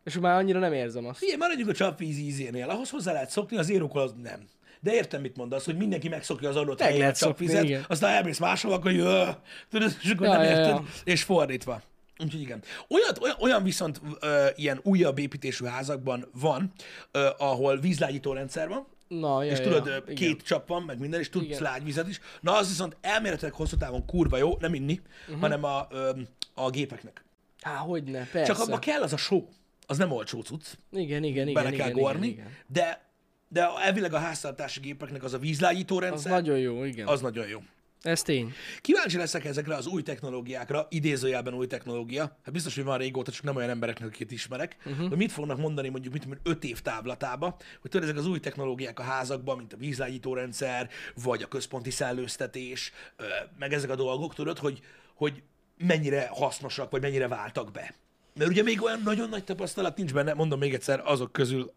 Speaker 2: És már annyira nem érzem azt.
Speaker 1: Figyelj, maradjunk a csapvíz ízénél. Ahhoz hozzá lehet szokni, az érókol az nem. De értem, mit mondasz, hogy mindenki megszokja az adott
Speaker 2: Meg
Speaker 1: helyen a
Speaker 2: lehet szokni,
Speaker 1: csapvizet,
Speaker 2: igen.
Speaker 1: aztán elmész máshova, akkor jö, tudod, és akkor
Speaker 2: Ja,
Speaker 1: nem
Speaker 2: ja,
Speaker 1: érted,
Speaker 2: ja.
Speaker 1: és fordítva. Úgyhogy igen. Olyat, olyan, olyan viszont ö, ilyen újabb építésű házakban van, ö, ahol vízlágyító rendszer van,
Speaker 2: Na, ja,
Speaker 1: és
Speaker 2: ja,
Speaker 1: tudod,
Speaker 2: ja.
Speaker 1: ö,
Speaker 2: Igen.
Speaker 1: két csap van, meg minden, és tudsz
Speaker 2: Igen.
Speaker 1: lágyvizet is. Na, az viszont elméletileg hosszú távon kurva jó, nem inni,
Speaker 2: Mhm.
Speaker 1: uh-huh. hanem a, ö, a gépeknek.
Speaker 2: Há, hogy ne, persze.
Speaker 1: Csak abba kell az a só. Az nem olcsó cucc,
Speaker 2: Igen, igen, igen.
Speaker 1: bele
Speaker 2: igen,
Speaker 1: kell
Speaker 2: igen,
Speaker 1: gorni,
Speaker 2: igen.
Speaker 1: de de elvileg a háztartási gépeknek az a vízlágyító
Speaker 2: Az
Speaker 1: rendszer, az,
Speaker 2: nagyon jó, igen. Az...
Speaker 1: az nagyon jó.
Speaker 2: Ez tény.
Speaker 1: Kíváncsi leszek ezekre az új technológiákra, idézőjelben új technológia. Hát biztos, hogy van régóta, csak nem olyan embereknek, akiket ismerek. Uh-huh. Hogy mit fognak mondani mondjuk, mit tudom, én, öt év távlatába, hogy tudod, ezek az új technológiák a házakban, mint a vízlágyítórendszer, vagy a központi szellőztetés, ö, meg ezek a dolgok, tudod, hogy, hogy mennyire hasznosak, vagy mennyire váltak be. Mert ugye még olyan nagyon nagy tapasztalat nincs benne, mondom még egyszer, azok közül,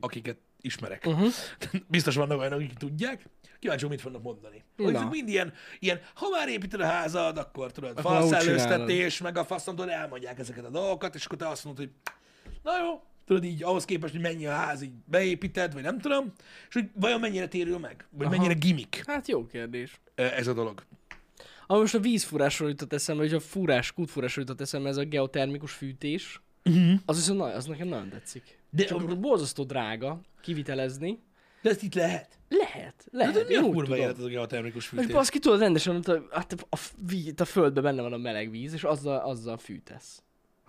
Speaker 1: akiket ismerek. Uh-huh. Biztos vannak olyanok, akik tudják. Kíváncsi, vagyok, mit fognak mondani. Hogy
Speaker 2: Na.
Speaker 1: ezek mind ilyen, ilyen, ha már építed a házad, akkor tudod,
Speaker 2: Akkor már úgy
Speaker 1: falszellőztetés, meg a faszom, tudod, elmondják ezeket a dolgokat, és akkor te azt mondod, hogy na jó, tudod így ahhoz képest, hogy mennyi a ház, így beépíted, vagy nem tudom, és hogy vajon mennyire térül meg, vagy Aha. mennyire gimmick
Speaker 2: Hát jó kérdés.
Speaker 1: ö, ez a dolog.
Speaker 2: Ah, most a vízfúrásról jutott eszembe, vagy a fúrás, kútfúrásról jutott eszembe ez a geotermikus fűtés. Uh-huh. Az viszont nagy, az nekem nagyon tetszik.
Speaker 1: Mhm. De-
Speaker 2: De Csak borzasztó drága kivitelezni.
Speaker 1: De ezt itt lehet.
Speaker 2: Lehet, lehet.
Speaker 1: Hát, mi
Speaker 2: én
Speaker 1: a
Speaker 2: úgy
Speaker 1: kurva
Speaker 2: tudom.
Speaker 1: élet az a geotermikus
Speaker 2: És
Speaker 1: fűtés?
Speaker 2: baszki, tudod rendesen, mint a, hát a, f- ví- a, földbe benne van a meleg víz, és azzal, azzal fűtesz.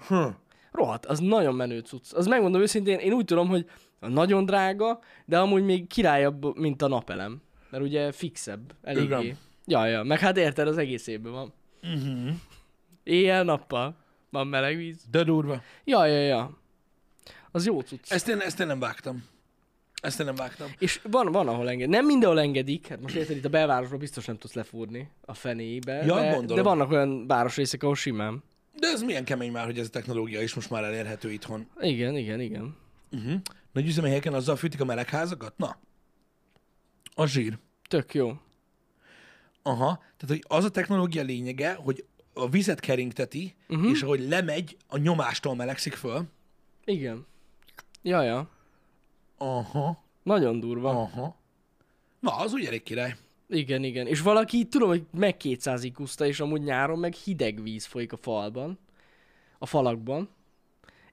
Speaker 1: Hm.
Speaker 2: Rohadt, az nagyon menő cucc. Az megmondom őszintén, én úgy tudom, hogy nagyon drága, de amúgy még királyabb, mint a napelem. Mert ugye fixebb, eléggé.
Speaker 1: Igen.
Speaker 2: Ja, ja, meg hát érted, az egész évben van.
Speaker 1: Mhm.
Speaker 2: Éjjel-nappal van meleg víz.
Speaker 1: De durva.
Speaker 2: Ja, ja, ja. Az jó cucc. Ez...
Speaker 1: Ezt én, ezt én nem vágtam. Ezt én nem vágtam.
Speaker 2: És van, van, ahol engedik. Nem mindenhol engedik. Hát most érted, itt a belvárosról biztos nem tudsz lefúrni a fenébe.
Speaker 1: Ja,
Speaker 2: de,
Speaker 1: gondolom.
Speaker 2: de, vannak olyan városrészek, ahol simán.
Speaker 1: De ez milyen kemény már, hogy ez a technológia is most már elérhető itthon.
Speaker 2: Igen, igen, igen.
Speaker 1: Uh-huh. Nagy üzemi helyeken azzal fűtik a melegházakat? Na. A zsír.
Speaker 2: Tök jó.
Speaker 1: Aha. Tehát, hogy az a technológia lényege, hogy a vizet keringteti, uh-huh. és ahogy lemegy, a nyomástól melegszik föl.
Speaker 2: Igen. Ja, ja.
Speaker 1: Aha.
Speaker 2: Nagyon durva.
Speaker 1: Aha. Na, az úgy elég király.
Speaker 2: Igen, igen. És valaki, tudom, hogy meg 200 ikuszta, és amúgy nyáron meg hideg víz folyik a falban, a falakban,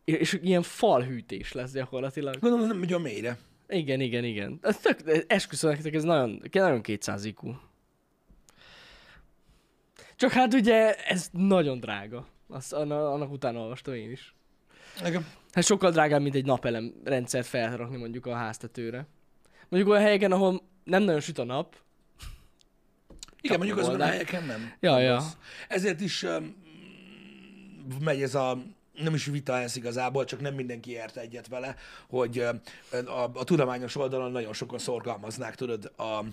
Speaker 2: és, és ilyen falhűtés lesz gyakorlatilag.
Speaker 1: Gondolom, nem megy a mélyre.
Speaker 2: Igen, igen, igen. Ez tök, esküszöm nektek, ez nagyon, nagyon 200 IQ. Csak hát ugye ez nagyon drága. Azt annak, annak utána olvastam én is.
Speaker 1: Nekem.
Speaker 2: Hát sokkal drágább, mint egy napelem rendszert felrakni mondjuk a háztetőre. Mondjuk olyan helyeken, ahol nem nagyon süt a nap.
Speaker 1: Igen, mondjuk azon a
Speaker 2: megoldás.
Speaker 1: helyeken nem.
Speaker 2: Ja, ja.
Speaker 1: Rossz. Ezért is um, megy ez a nem is vita ez igazából, csak nem mindenki ért egyet vele, hogy ö, a, a tudományos oldalon nagyon sokan szorgalmaznák, tudod, a,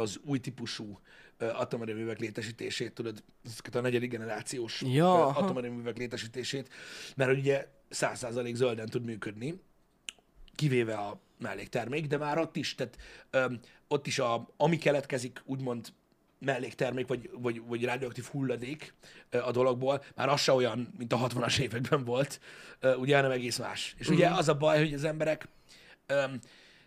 Speaker 1: az új típusú ö, atomerőművek létesítését, tudod, ezeket a negyedik generációs
Speaker 2: Ja,
Speaker 1: ö,
Speaker 2: aha.
Speaker 1: atomerőművek létesítését, mert hogy ugye száz százalék zölden tud működni, kivéve a melléktermék, de már ott is, tehát öm, ott is a, ami keletkezik, úgymond melléktermék, vagy, vagy, vagy radioaktív hulladék ö, a dologból, már az se olyan, mint a 60-as években volt, ö, ugye, hanem egész más. És ugye az a baj, hogy az emberek öm,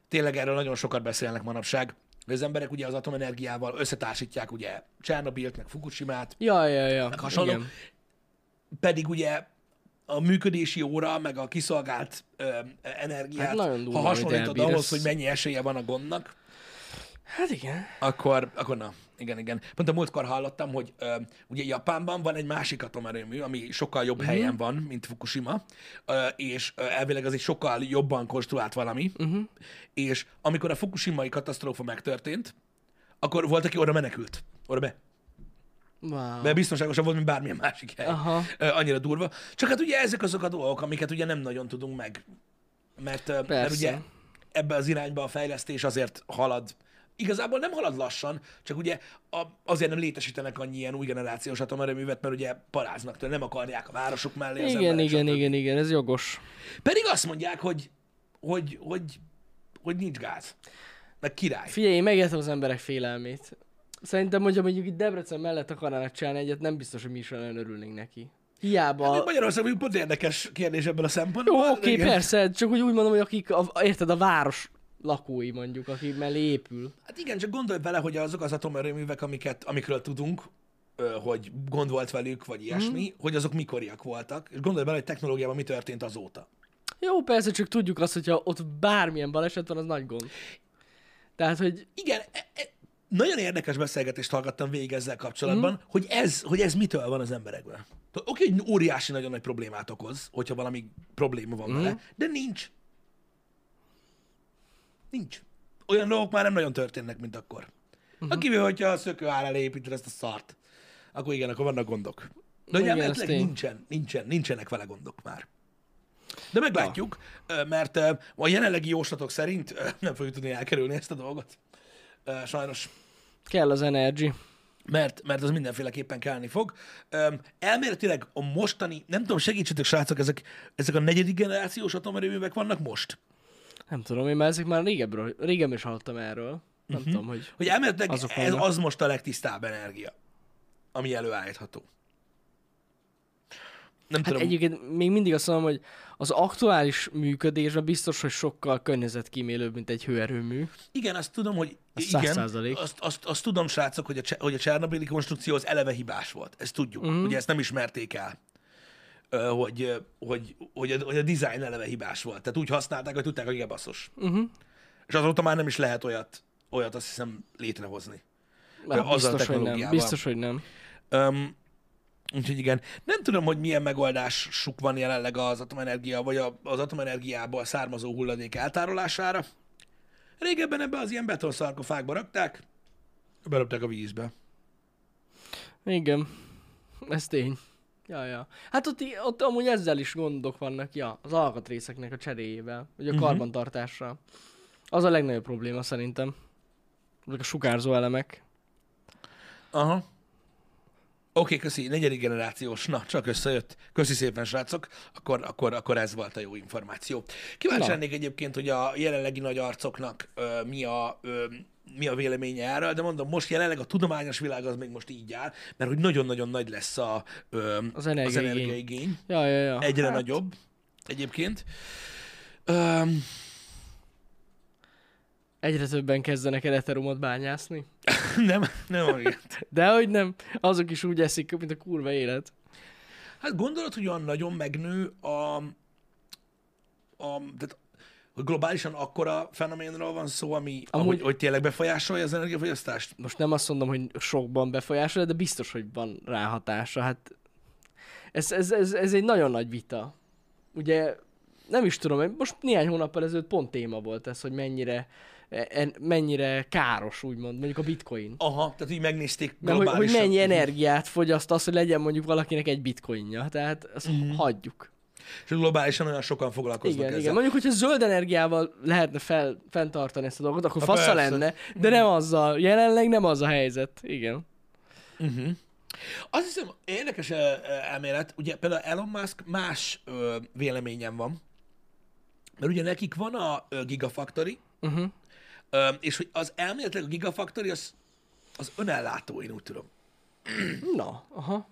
Speaker 1: tényleg erről nagyon sokat beszélnek manapság, hogy az emberek ugye az atomenergiával összetársítják ugye Csernobilt, meg Fukushimát,
Speaker 2: Ja, ja, ja.
Speaker 1: meg hasonló.
Speaker 2: Igen.
Speaker 1: Pedig ugye a működési óra, meg a kiszolgált ö, energiát,
Speaker 2: Hát nagyon durva,
Speaker 1: ha hasonlítod
Speaker 2: amit elbírsz.
Speaker 1: ahhoz, hogy mennyi esélye van a gondnak,
Speaker 2: Hát igen.
Speaker 1: akkor, akkor na, igen, igen. Pont a múltkor hallottam, hogy ö, ugye Japánban van egy másik atomerőmű, ami sokkal
Speaker 2: Mhm.
Speaker 1: jobb helyen van, mint Fukushima, ö, és ö, elvileg az egy sokkal jobban konstruált valami,
Speaker 2: Mhm.
Speaker 1: és amikor a fukushimai katasztrófa megtörtént, akkor volt, aki oda menekült, oda be.
Speaker 2: Wow.
Speaker 1: De biztonságosabb volt, mint bármilyen másik hely.
Speaker 2: Aha.
Speaker 1: Ö, Annyira durva. Csak hát ugye ezek azok a dolgok, amiket ugye nem nagyon tudunk meg. Mert, ö, mert
Speaker 2: Persze.
Speaker 1: ugye ebbe az irányba a fejlesztés azért halad. Igazából nem halad lassan, csak ugye a, azért nem létesítenek annyi ilyen új generációs atomerőművet, mert ugye paráznak tőle, nem akarják a városok mellé az
Speaker 2: Igen,
Speaker 1: emberek,
Speaker 2: igen,
Speaker 1: stb.
Speaker 2: igen, igen, ez jogos.
Speaker 1: Pedig azt mondják, hogy, hogy, hogy, hogy nincs gáz. Meg király.
Speaker 2: Figyelj, én megértem az emberek félelmét. Szerintem, hogyha mondjuk itt Debrecen mellett akarnának csinálni egyet, nem biztos, hogy mi is olyan örülnénk neki. Hiába...
Speaker 1: Magyarország mondjuk pont érdekes kérdés ebből a
Speaker 2: Jó,
Speaker 1: szempontból.
Speaker 2: oké,
Speaker 1: de
Speaker 2: okay,
Speaker 1: igen.
Speaker 2: persze, csak úgy, úgy mondom, hogy akik, a, érted, a város lakói mondjuk, akik mellé épül.
Speaker 1: Hát igen, csak gondolj bele, hogy azok az atomerőművek, amiket, amikről tudunk, ö, hogy gond volt velük, vagy ilyesmi, mm. hogy azok mikoriak voltak, és gondolj bele, hogy technológiában mi történt azóta.
Speaker 2: Jó, persze, csak tudjuk azt, hogyha ott bármilyen baleset van, az nagy gond. Tehát, hogy
Speaker 1: Igen, e- e- nagyon érdekes beszélgetést hallgattam végig ezzel kapcsolatban,
Speaker 2: Mhm.
Speaker 1: mm. hogy, ez, hogy ez mitől van az emberekben. T- Oké, hogy óriási, nagyon nagy problémát okoz, hogyha valami probléma van mm.
Speaker 2: Mhm.
Speaker 1: vele, de nincs. Nincs. Olyan dolgok már nem nagyon történnek, mint akkor. Mm-hmm.
Speaker 2: Mhm.
Speaker 1: A kivéve, hogyha a szökőár elé építed ezt a szart, akkor igen, akkor vannak gondok. De ugye
Speaker 2: Igen, ez
Speaker 1: elméletileg
Speaker 2: tény.
Speaker 1: nincsen, nincsen, nincsenek vele gondok már. De meglátjuk, ö, mert ö, a jelenlegi jóslatok szerint ö, nem fogjuk tudni elkerülni ezt a dolgot. Ö, Sajnos.
Speaker 2: kell az energy.
Speaker 1: Mert, mert az mindenféleképpen kellni fog. Öm, Elméletileg a mostani, nem tudom, segítsetek srácok, ezek, ezek a negyedik generációs atomerőművek vannak most.
Speaker 2: Nem tudom, én már ezek már régebről, régen is hallottam erről. Nem
Speaker 1: Mhm.
Speaker 2: tudom, hogy...
Speaker 1: Hogy elméletileg
Speaker 2: Azok
Speaker 1: ez,
Speaker 2: vannak.
Speaker 1: az most a legtisztább energia, ami előállítható. Nem
Speaker 2: Hát
Speaker 1: tudom.
Speaker 2: egyébként még mindig azt mondom, hogy az aktuális működésben biztos, hogy sokkal környezetkímélőbb, mint egy hőerőmű.
Speaker 1: Igen, azt tudom, hogy
Speaker 2: Az száz
Speaker 1: igen,
Speaker 2: százalék.
Speaker 1: azt, azt, azt tudom, srácok, hogy a, cse- hogy a csernobili konstrukció az eleve hibás volt. Ezt tudjuk. Mm. Ugye ezt nem ismerték el, Ö, hogy, ö, hogy, hogy, a, hogy a design eleve hibás volt. Tehát úgy használták, hogy tudták, hogy igen, basszos. Mm-hmm. És azóta már nem is lehet olyat, olyat azt hiszem létrehozni.
Speaker 2: Hát
Speaker 1: azzal a
Speaker 2: biztos, hogy nem.
Speaker 1: technológiával.
Speaker 2: Biztos, hogy nem.
Speaker 1: Öm, úgyhogy igen. Nem tudom, hogy milyen megoldásuk van jelenleg az atomenergia, vagy a, az atomenergiából származó hulladék eltárolására. Régebben ebbe az ilyen betonszarkofágba rakták, beleptek a vízbe.
Speaker 2: Igen, ez tény. Ja, ja. Hát ott, i- ott amúgy ezzel is gondok vannak, ja, az alkatrészeknek a cseréjével, vagy a
Speaker 1: Mhm.
Speaker 2: uh-huh. karbantartással. Az a legnagyobb probléma szerintem. Ezek a sugárzó elemek.
Speaker 1: Aha. Oké, okay, köszi, negyedik generációs, na, csak összejött. Köszi szépen, srácok, akkor, akkor, akkor ez volt a jó információ. Kíváncsi
Speaker 2: Na.
Speaker 1: lennék egyébként, hogy a jelenlegi nagy arcoknak ö, mi, a, ö, mi a véleménye erről, de mondom, most jelenleg a tudományos világ az még most így áll, mert hogy nagyon-nagyon nagy lesz a, ö,
Speaker 2: Az energiaigény.
Speaker 1: energiaigény.
Speaker 2: Ja, ja, ja.
Speaker 1: Egyre hát... nagyobb egyébként. Öm,
Speaker 2: Egyre többen kezdenek eleterumot bányászni.
Speaker 1: nem, nem amiatt.
Speaker 2: De hogy nem, azok is úgy eszik, mint a kurva élet.
Speaker 1: Hát gondolod, hogy olyan nagyon megnő a, a tehát, hogy globálisan akkora fenoménről van szó, ami
Speaker 2: Amúgy-
Speaker 1: Amúgy... ahogy, hogy tényleg befolyásolja az energiafogyasztást?
Speaker 2: Most nem azt mondom, hogy sokban befolyásolja, de biztos, hogy van ráhatása. Hát ez, ez, ez, ez egy nagyon nagy vita. Ugye nem is tudom, most néhány hónappal ezelőtt pont téma volt ez, hogy mennyire, e, en- mennyire káros, úgymond, mondjuk a bitcoin.
Speaker 1: Aha, tehát így megnézték
Speaker 2: Mert hogy,
Speaker 1: globálisan.
Speaker 2: hogy mennyi energiát fogyaszt az, hogy legyen mondjuk valakinek egy bitcoinja. Tehát azt mm-hmm. hagyjuk.
Speaker 1: És globálisan olyan sokan foglalkoznak
Speaker 2: Igen,
Speaker 1: Mhm. ezzel.
Speaker 2: igen. Mondjuk, hogyha zöld energiával lehetne fel, fenntartani ezt a dolgot, akkor
Speaker 1: Na
Speaker 2: fasza
Speaker 1: persze.
Speaker 2: lenne, de nem azzal. Jelenleg nem az a helyzet. Igen.
Speaker 1: Azt hiszem, érdekes ö, ö, elmélet, ugye például Elon Musk más ö, véleményen van, mert ugye nekik van a ö, Gigafactory,
Speaker 2: Uh-huh.
Speaker 1: ö, és hogy az elméletileg a Gigafactory az, az önellátó, én úgy tudom.
Speaker 2: Na, aha.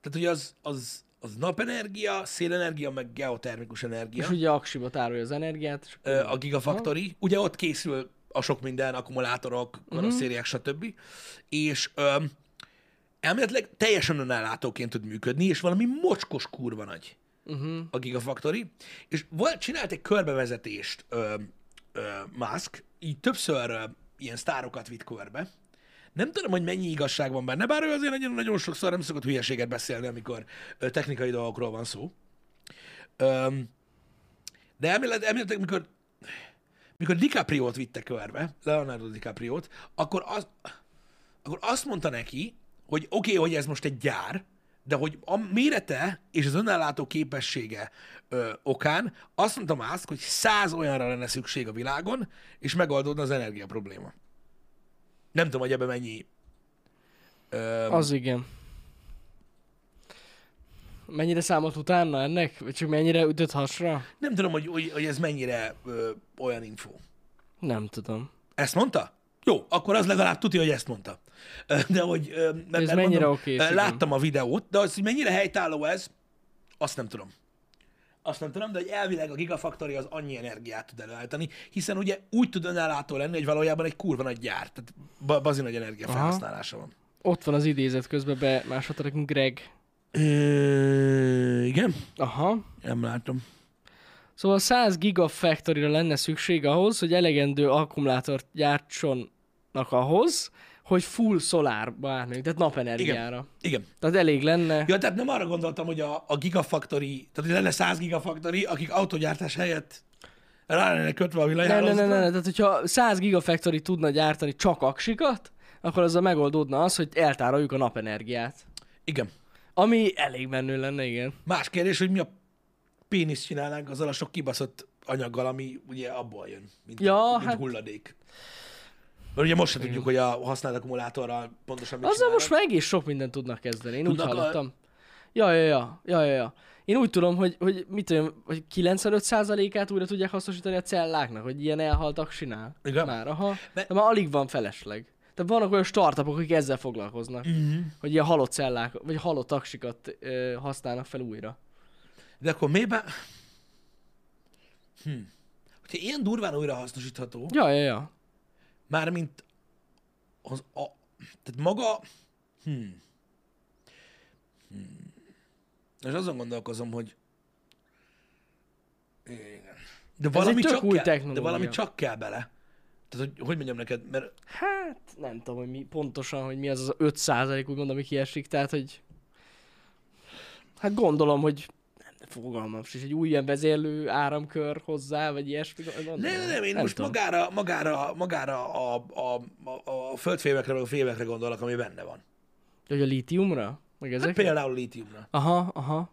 Speaker 1: Tehát ugye az, az, az napenergia, szélenergia, meg geotermikus energia.
Speaker 2: És ugye aksiba tárolja az energiát. És...
Speaker 1: ö, a Gigafactory. Ugye ott készül a sok minden, akkumulátorok, karosszériák, stb. És ö, elméletileg teljesen önellátóként tud működni, és valami mocskos kurva nagy uh-huh. a Gigafactory. És volt, csinált egy körbevezetést ö, ö, Musk, így többször ö, ilyen sztárokat vitt körbe. Nem tudom, hogy mennyi igazság van benne, bár ő azért nagyon, nagyon sokszor nem szokott hülyeséget beszélni, amikor ö, technikai dolgokról van szó. Öm, de elmélet, elméletek, mikor, mikor DiCaprio-t vitte körbe, Leonardo DiCaprio-t, akkor, az, akkor azt mondta neki, hogy oké, okay, hogy ez most egy gyár, de hogy a mérete és az önellátó képessége ö, okán azt mondta Musk, hogy száz olyanra lenne szükség a világon, és megoldódna az energia probléma. Nem tudom, hogy ebben mennyi... Ö,
Speaker 2: Az igen. Mennyire számolt utána ennek? Vagy csak mennyire ütött hasra?
Speaker 1: nem tudom, hogy, hogy, hogy ez mennyire ö, olyan info.
Speaker 2: Nem tudom.
Speaker 1: Ezt mondta? Jó, akkor az legalább tudja, hogy ezt mondta. Ö, De hogy... ö, Mert, mert
Speaker 2: mennyire oké,
Speaker 1: ö,
Speaker 2: igen.
Speaker 1: Láttam a videót, de az, hogy mennyire helytálló ez, azt nem tudom. Azt nem tudom, de hogy elvileg a Gigafactory az annyi energiát tud előállítani, hiszen ugye úgy tud önállátó lenni, hogy valójában egy kurva nagy gyár, tehát ba- bazi nagy energiafelhasználása van.
Speaker 2: Ott van az idézet közben be másolta nekünk Greg.
Speaker 1: Ö, igen,
Speaker 2: Aha.
Speaker 1: nem látom.
Speaker 2: Szóval 100 gigafactory lenne szükség ahhoz, hogy elegendő akkumulátort gyártsanak ahhoz, hogy full szolárba állni, tehát napenergiára. Igen.
Speaker 1: Igen.
Speaker 2: Tehát elég lenne.
Speaker 1: Ja, tehát nem arra gondoltam, hogy a, a Gigafactory, tehát hogy lenne 100 Gigafactory, akik autogyártás helyett rá lenne kötve a
Speaker 2: Nem,
Speaker 1: villanyhálózatra.
Speaker 2: nem, nem, nem, tehát hogyha 100 gigafactory tudna gyártani csak aksikat, akkor azzal megoldódna az, hogy eltároljuk a napenergiát.
Speaker 1: Igen.
Speaker 2: Ami elég menő lenne, igen.
Speaker 1: Más kérdés, hogy mi a péniszt csinálnánk azzal a sok kibaszott anyaggal, ami ugye abból jön, mint,
Speaker 2: Ja,
Speaker 1: mint
Speaker 2: hát-
Speaker 1: hulladék. Mert ugye most se tudjuk, hogy a használt akkumulátorral pontosan mit
Speaker 2: Azzal most
Speaker 1: csinálnak.
Speaker 2: már egész sok mindent tudnak kezdeni, én
Speaker 1: Tudnak
Speaker 2: úgy
Speaker 1: a-
Speaker 2: hallottam. Ja, ja, ja, ja, ja, ja. Én úgy tudom, hogy, hogy mit tudom, hogy 95%-át újra tudják hasznosítani a celláknak, hogy ilyen elhaltak sinál.
Speaker 1: Igen.
Speaker 2: Már, aha.
Speaker 1: Mert-
Speaker 2: De már alig van felesleg. Tehát vannak olyan startupok, akik ezzel foglalkoznak, uh-huh. hogy ilyen halott cellák, vagy halott aksikat ö, használnak fel újra.
Speaker 1: De akkor miben... Hm. Hogyha ilyen durván újrahasznosítható,
Speaker 2: Ja, ja, ja.
Speaker 1: mármint az a... Tehát maga... Hm. hm. És azon gondolkozom, hogy... Igen. De valami,
Speaker 2: tök
Speaker 1: csak
Speaker 2: új
Speaker 1: kell, de
Speaker 2: technológia.
Speaker 1: valami csak kell bele. Tehát, hogy, hogy mondjam neked, mert
Speaker 2: Hát nem tudom, hogy mi, pontosan, hogy mi az az 5 százalék, úgymond, ami kiesik, tehát, hogy hát gondolom, hogy nem, fogalmam sincs, egy új ilyen vezérlő áramkör hozzá, vagy ilyesmi, gondolom.
Speaker 1: Nem, nem, én nem most
Speaker 2: tudom.
Speaker 1: magára, magára, magára a, a, a, a földfémekre, meg a fémekre gondolok, ami benne van.
Speaker 2: Hogy a lítiumra? Meg ezek?
Speaker 1: Ezek Például lítiumra.
Speaker 2: Aha, aha.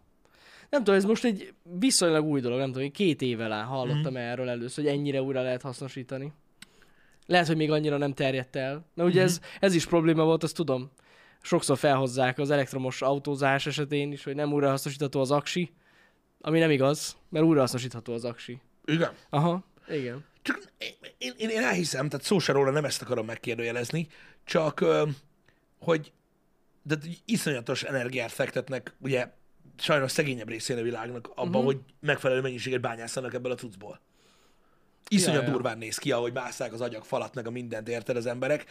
Speaker 2: Nem tudom, ez most egy viszonylag új dolog, nem tudom, én két éve lá hallottam mm. erről először, hogy ennyire újra lehet hasznosítani. Lehet, hogy még annyira nem terjedt el. Na ugye ez, ez is probléma volt, azt tudom. Sokszor felhozzák az elektromos autózás esetén is, hogy nem újrahasznosítható az aksi, ami nem igaz, mert újrahasznosítható az aksi.
Speaker 1: Igen.
Speaker 2: Aha, igen.
Speaker 1: Csak én, én, én elhiszem, tehát szó se róla, nem ezt akarom megkérdőjelezni, csak ö, hogy de iszonyatos energiát fektetnek, ugye
Speaker 2: Mhm.
Speaker 1: sajnos szegényebb részén a világnak abban, hogy megfelelő mennyiséget bányászanak ebből a cuccból. Iszonyat
Speaker 2: Ja, ja.
Speaker 1: durván néz ki, ahogy másszák az agyak falat, meg a mindent érted az emberek.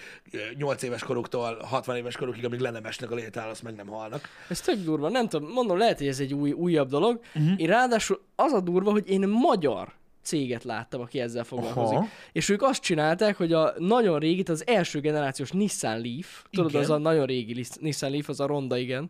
Speaker 1: 8 éves koruktól 60 éves korukig, amíg lenemesnek a létál, azt meg nem halnak.
Speaker 2: Ez tök durva, nem tudom, mondom, lehet, hogy ez egy új, újabb dolog.
Speaker 1: Mhm.
Speaker 2: Uh-huh. Én ráadásul az a durva, hogy én magyar céget láttam, aki ezzel foglalkozik.
Speaker 1: Aha.
Speaker 2: Aha. És ők azt csinálták, hogy a nagyon régit, az első generációs Nissan Leaf, tudod,
Speaker 1: Igen.
Speaker 2: az a nagyon régi Lis- Nissan Leaf, az a ronda, igen,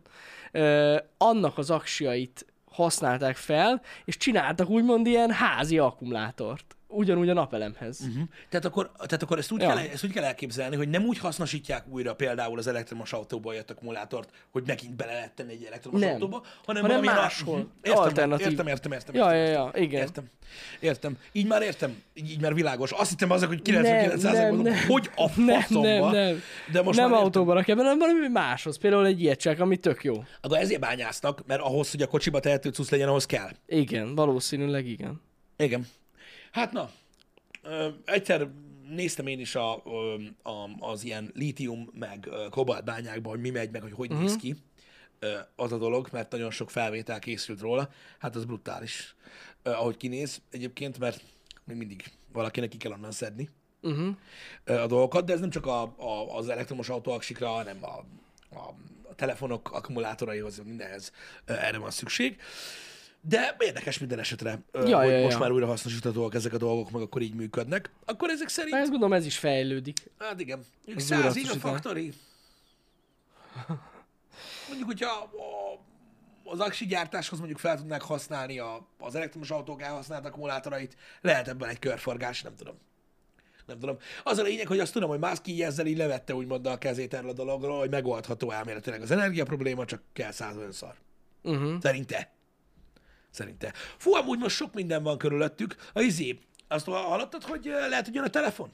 Speaker 2: ö, annak az aksiait használták fel, és csináltak úgymond ilyen házi akkumulátort. Ugyanúgy a napelemhez.
Speaker 1: Mhm.
Speaker 2: Uh-huh.
Speaker 1: Tehát akkor, tehát akkor ezt, úgy
Speaker 2: Ja.
Speaker 1: kell, ezt úgy kell elképzelni, hogy nem úgy hasznosítják újra például az elektromos autóból jött akkumulátort, hogy megint bele lehet tenni egy elektromos
Speaker 2: Nem.
Speaker 1: autóba, hanem,
Speaker 2: Hanem
Speaker 1: valamilyen-
Speaker 2: máshol.
Speaker 1: Mhm. Értem,
Speaker 2: Alternatív.
Speaker 1: Értem, értem, értem.
Speaker 2: Ja,
Speaker 1: értem,
Speaker 2: ja, ja, igen.
Speaker 1: Értem. Értem. Így már értem. Így, így már világos. Azt hittem azok, hogy 99
Speaker 2: nem,
Speaker 1: mondom,
Speaker 2: nem.
Speaker 1: hogy a
Speaker 2: Nem,
Speaker 1: faszomba.
Speaker 2: nem, nem.
Speaker 1: De most
Speaker 2: nem
Speaker 1: már értem.
Speaker 2: autóba rakják, hanem valami máshoz. Például egy ilyet csak, ami tök jó.
Speaker 1: Akkor ezért bányásznak, mert ahhoz, hogy a kocsiba tehető cucc legyen, ahhoz kell.
Speaker 2: Igen, valószínűleg igen.
Speaker 1: Igen. Hát na, ö, egyszer néztem én is a, ö, a, az ilyen lítium meg ö, kobalt bányákban, hogy mi megy meg, hogy hogy néz
Speaker 2: Mhm.
Speaker 1: ki ö, az a dolog, mert nagyon sok felvétel készült róla. Hát az brutális, ö, ahogy kinéz egyébként, mert még mindig valakinek ki kell onnan szedni
Speaker 2: Uh-huh.
Speaker 1: ö, a dolgokat, de ez nem csak a, a, az elektromos autóaksikra, hanem a, a, a telefonok akkumulátoraihoz, mindenhez ö, erre van szükség. De érdekes minden esetre, ö,
Speaker 2: Ja,
Speaker 1: hogy
Speaker 2: ja,
Speaker 1: most
Speaker 2: ja.
Speaker 1: már újra hasznosíthatóak ezek a dolgok, meg akkor így működnek. Akkor ezek szerint,
Speaker 2: Ezt gondolom ez is fejlődik.
Speaker 1: hát igen, ők
Speaker 2: Az
Speaker 1: 100
Speaker 2: újrahasznosítás.
Speaker 1: a factory. Mondjuk, hogyha a, az aksi gyártáshoz mondjuk fel tudnák használni a, az elektromos autók elhasznált akkumulátorait, lehet ebben egy körforgás, nem tudom. Nem tudom. Az a lényeg, hogy azt tudom, hogy Musk így ezzel így levette úgymond a kezét erről a dologról, hogy megoldható elméletileg az energia probléma, csak kell száz olyan szar.
Speaker 2: Uh-huh.
Speaker 1: Szerinte. Szerinte. Fú, amúgy most sok minden van körülöttük. A izé, azt hallottad, hogy ö, lehet, hogy jön a telefon?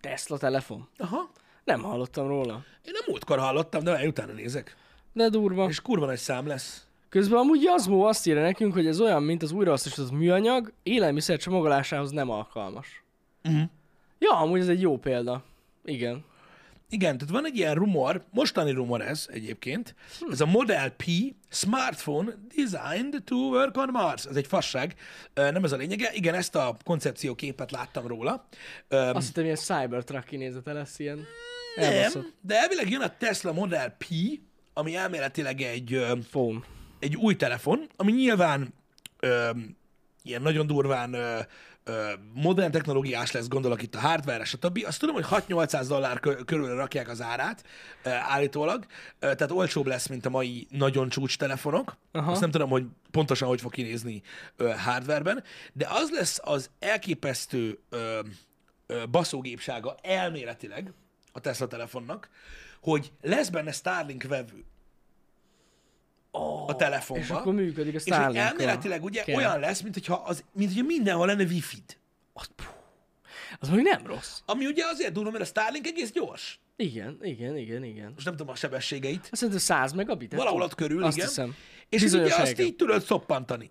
Speaker 2: Tesla telefon.
Speaker 1: Aha.
Speaker 2: Nem hallottam róla.
Speaker 1: Én nem múltkor hallottam, de várj, utána nézek.
Speaker 2: De durva.
Speaker 1: És kurva nagy szám lesz.
Speaker 2: Közben amúgy Jazmó azt írja nekünk, hogy ez olyan, mint az újrahasznosított műanyag, élelmiszer csomagolásához nem alkalmas.
Speaker 1: Mhm.
Speaker 2: Ja, amúgy ez egy jó példa. Igen.
Speaker 1: Igen, tehát van egy ilyen rumor, mostani rumor ez egyébként, ez a Model P smartphone designed to work on Mars. Ez egy fasság, Ö, nem ez a lényege. Igen, ezt a koncepció képet láttam róla. Ö,
Speaker 2: Azt hittem, ilyen Cybertruck kinézete lesz ilyen.
Speaker 1: nem,
Speaker 2: Elbaszott.
Speaker 1: de elvileg jön a Tesla Model P, ami elméletileg egy ö,
Speaker 2: Fón.
Speaker 1: egy új telefon, ami nyilván ö, ilyen nagyon durván ö, ö, modern technológiás lesz, gondolok itt a hardware stb. Azt tudom, hogy 6-800 dollár kö- körül rakják az árát, ö, állítólag, ö, tehát olcsóbb lesz, mint a mai nagyon csúcs telefonok. Aha.
Speaker 2: Aha.
Speaker 1: Azt nem tudom, hogy pontosan hogy fog kinézni ö, hardwareben, de az lesz az elképesztő ö, ö, baszógépsága elméletileg a Tesla telefonnak, hogy lesz benne Starlink vevő
Speaker 2: Oh,
Speaker 1: a telefonban.
Speaker 2: és akkor működik a
Speaker 1: És hogy
Speaker 2: Starlink.
Speaker 1: elméletileg ugye Kell. olyan lesz, mint hogyha, az, mint hogyha mindenhol lenne wifi -t.
Speaker 2: Az mondjuk nem rossz.
Speaker 1: Ami ugye azért durva, mert a Starlink egész gyors.
Speaker 2: Igen, igen, igen, igen.
Speaker 1: Most nem tudom a sebességeit.
Speaker 2: Azt szerintem 100 megabit.
Speaker 1: Valahol ott körül,
Speaker 2: Azt
Speaker 1: igen.
Speaker 2: hiszem.
Speaker 1: És ez ugye
Speaker 2: Bizonyos
Speaker 1: azt
Speaker 2: helyen.
Speaker 1: így tudod szoppantani.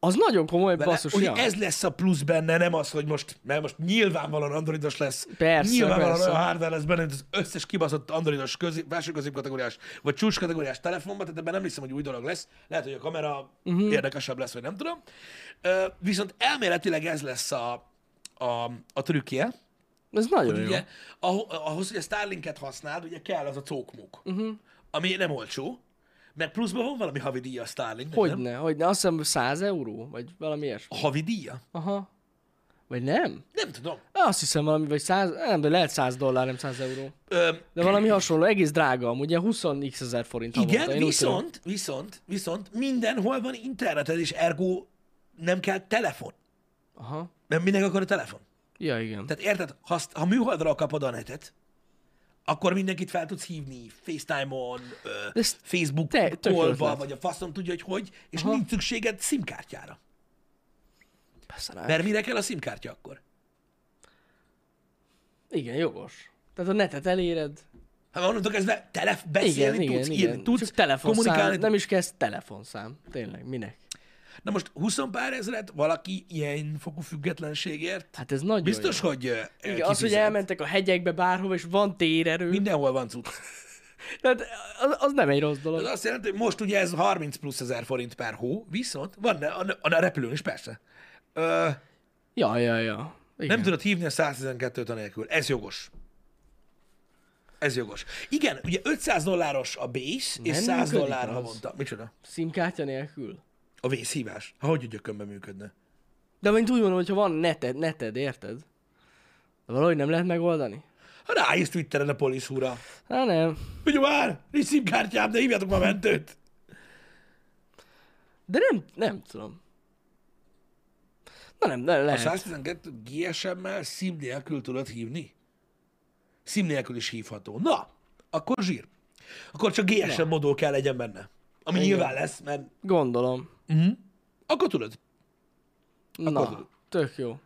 Speaker 2: Az nagyon komoly,
Speaker 1: Vele,
Speaker 2: basszus.
Speaker 1: hogy
Speaker 2: ja.
Speaker 1: ez lesz a plusz benne, nem az, hogy most, mert most nyilvánvalóan androidos lesz.
Speaker 2: Persze,
Speaker 1: nyilvánvalóan
Speaker 2: persze.
Speaker 1: olyan hardware lesz benne, mint az összes kibaszott androidos közi, felső középkategóriás, vagy csúcs kategóriás telefonban, tehát ebben nem hiszem, hogy új dolog lesz. Lehet, hogy a kamera
Speaker 2: Mhm.
Speaker 1: uh-huh. érdekesebb lesz, vagy nem tudom. Ö, viszont elméletileg ez lesz a, a, a trükkje,
Speaker 2: Ez nagyon jó.
Speaker 1: Ugye, aho- ahhoz, hogy a Starlinket használd, ugye kell az a cókmuk,
Speaker 2: Mhm.
Speaker 1: uh-huh. ami nem olcsó, meg pluszban van valami havidíja a Starlink, nem?
Speaker 2: Hogyne, hogyne. Azt hiszem 100 euró, vagy valami ilyesmi.
Speaker 1: A havidíja?
Speaker 2: Aha. Vagy nem?
Speaker 1: Nem tudom.
Speaker 2: Azt hiszem valami, vagy 100, nem, de lehet 100 dollár, nem 100 euró.
Speaker 1: Ö,
Speaker 2: De valami hasonló, egész drága amúgy, ilyen 20x ezer forint havonta,
Speaker 1: igen,
Speaker 2: én úgy tudom.
Speaker 1: viszont, viszont, viszont mindenhol van interneted, és ergo nem kell telefon.
Speaker 2: Aha.
Speaker 1: Mert minek akar a telefon?
Speaker 2: Ja, igen.
Speaker 1: Tehát érted, ha, azt- ha műholdra kapod a netet, akkor mindenkit fel tudsz hívni FaceTime-on, ö,
Speaker 2: Ez
Speaker 1: Facebook
Speaker 2: te- tök jó
Speaker 1: callba,
Speaker 2: ötlet.
Speaker 1: vagy a faszom tudja, hogy hogy, és
Speaker 2: Aha.
Speaker 1: nincs szükséged SIM-kártyára.
Speaker 2: Persze rá.
Speaker 1: Mert mire kell a SIM-kártya akkor?
Speaker 2: Igen, jogos. Tehát a netet eléred.
Speaker 1: Hát onnantól kezdve telef,
Speaker 2: Igen,
Speaker 1: beszélni
Speaker 2: igen,
Speaker 1: tudsz,
Speaker 2: igen.
Speaker 1: írni tudsz,
Speaker 2: Csak telefonszám,
Speaker 1: kommunikálni.
Speaker 2: nem is kezd telefonszám. Tényleg, minek?
Speaker 1: Na most 20 pár ezret valaki ilyen fokú függetlenségért?
Speaker 2: Hát ez nagyon
Speaker 1: Biztos,
Speaker 2: jó.
Speaker 1: hogy Igen,
Speaker 2: Igen, az, hogy elmentek a hegyekbe bárhova, és van térerő.
Speaker 1: Mindenhol van cucc.
Speaker 2: Tehát az, az nem egy rossz
Speaker 1: Az
Speaker 2: dolog.
Speaker 1: azt jelenti, hogy most ugye ez 30 plusz ezer forint per hó, viszont van a, a, a repülőn is persze. Ö,
Speaker 2: Ja, ja, ja. Igen.
Speaker 1: Nem tudod hívni a 112-t anélkül. Ez jogos. Ez jogos. Igen, ugye 500 dolláros a base, és
Speaker 2: Nem
Speaker 1: 100
Speaker 2: működik
Speaker 1: dollár
Speaker 2: az.
Speaker 1: havonta. Micsoda?
Speaker 2: Szimkártya nélkül.
Speaker 1: A vészhívás. Ha hogy a gyökömben működne?
Speaker 2: De mint úgy mondom, hogyha van neted, neted, érted? De valahogy nem lehet megoldani?
Speaker 1: Ha ráírsz Twitteren a poliszúra.
Speaker 2: Hát nem.
Speaker 1: Ugye már, nincs szimkártyám, de hívjátok ma mentőt.
Speaker 2: De nem, nem tudom. Na nem, de
Speaker 1: A
Speaker 2: lehet.
Speaker 1: 112 GSM-mel SIM nélkül tudod hívni? SIM nélkül is hívható. Na, akkor zsír. Akkor csak GSM modul kell legyen benne. Ami
Speaker 2: Igen.
Speaker 1: nyilván lesz, mert
Speaker 2: Gondolom.
Speaker 1: Mhm. akkor tudod.
Speaker 2: Na,
Speaker 1: tudod.
Speaker 2: tök jó.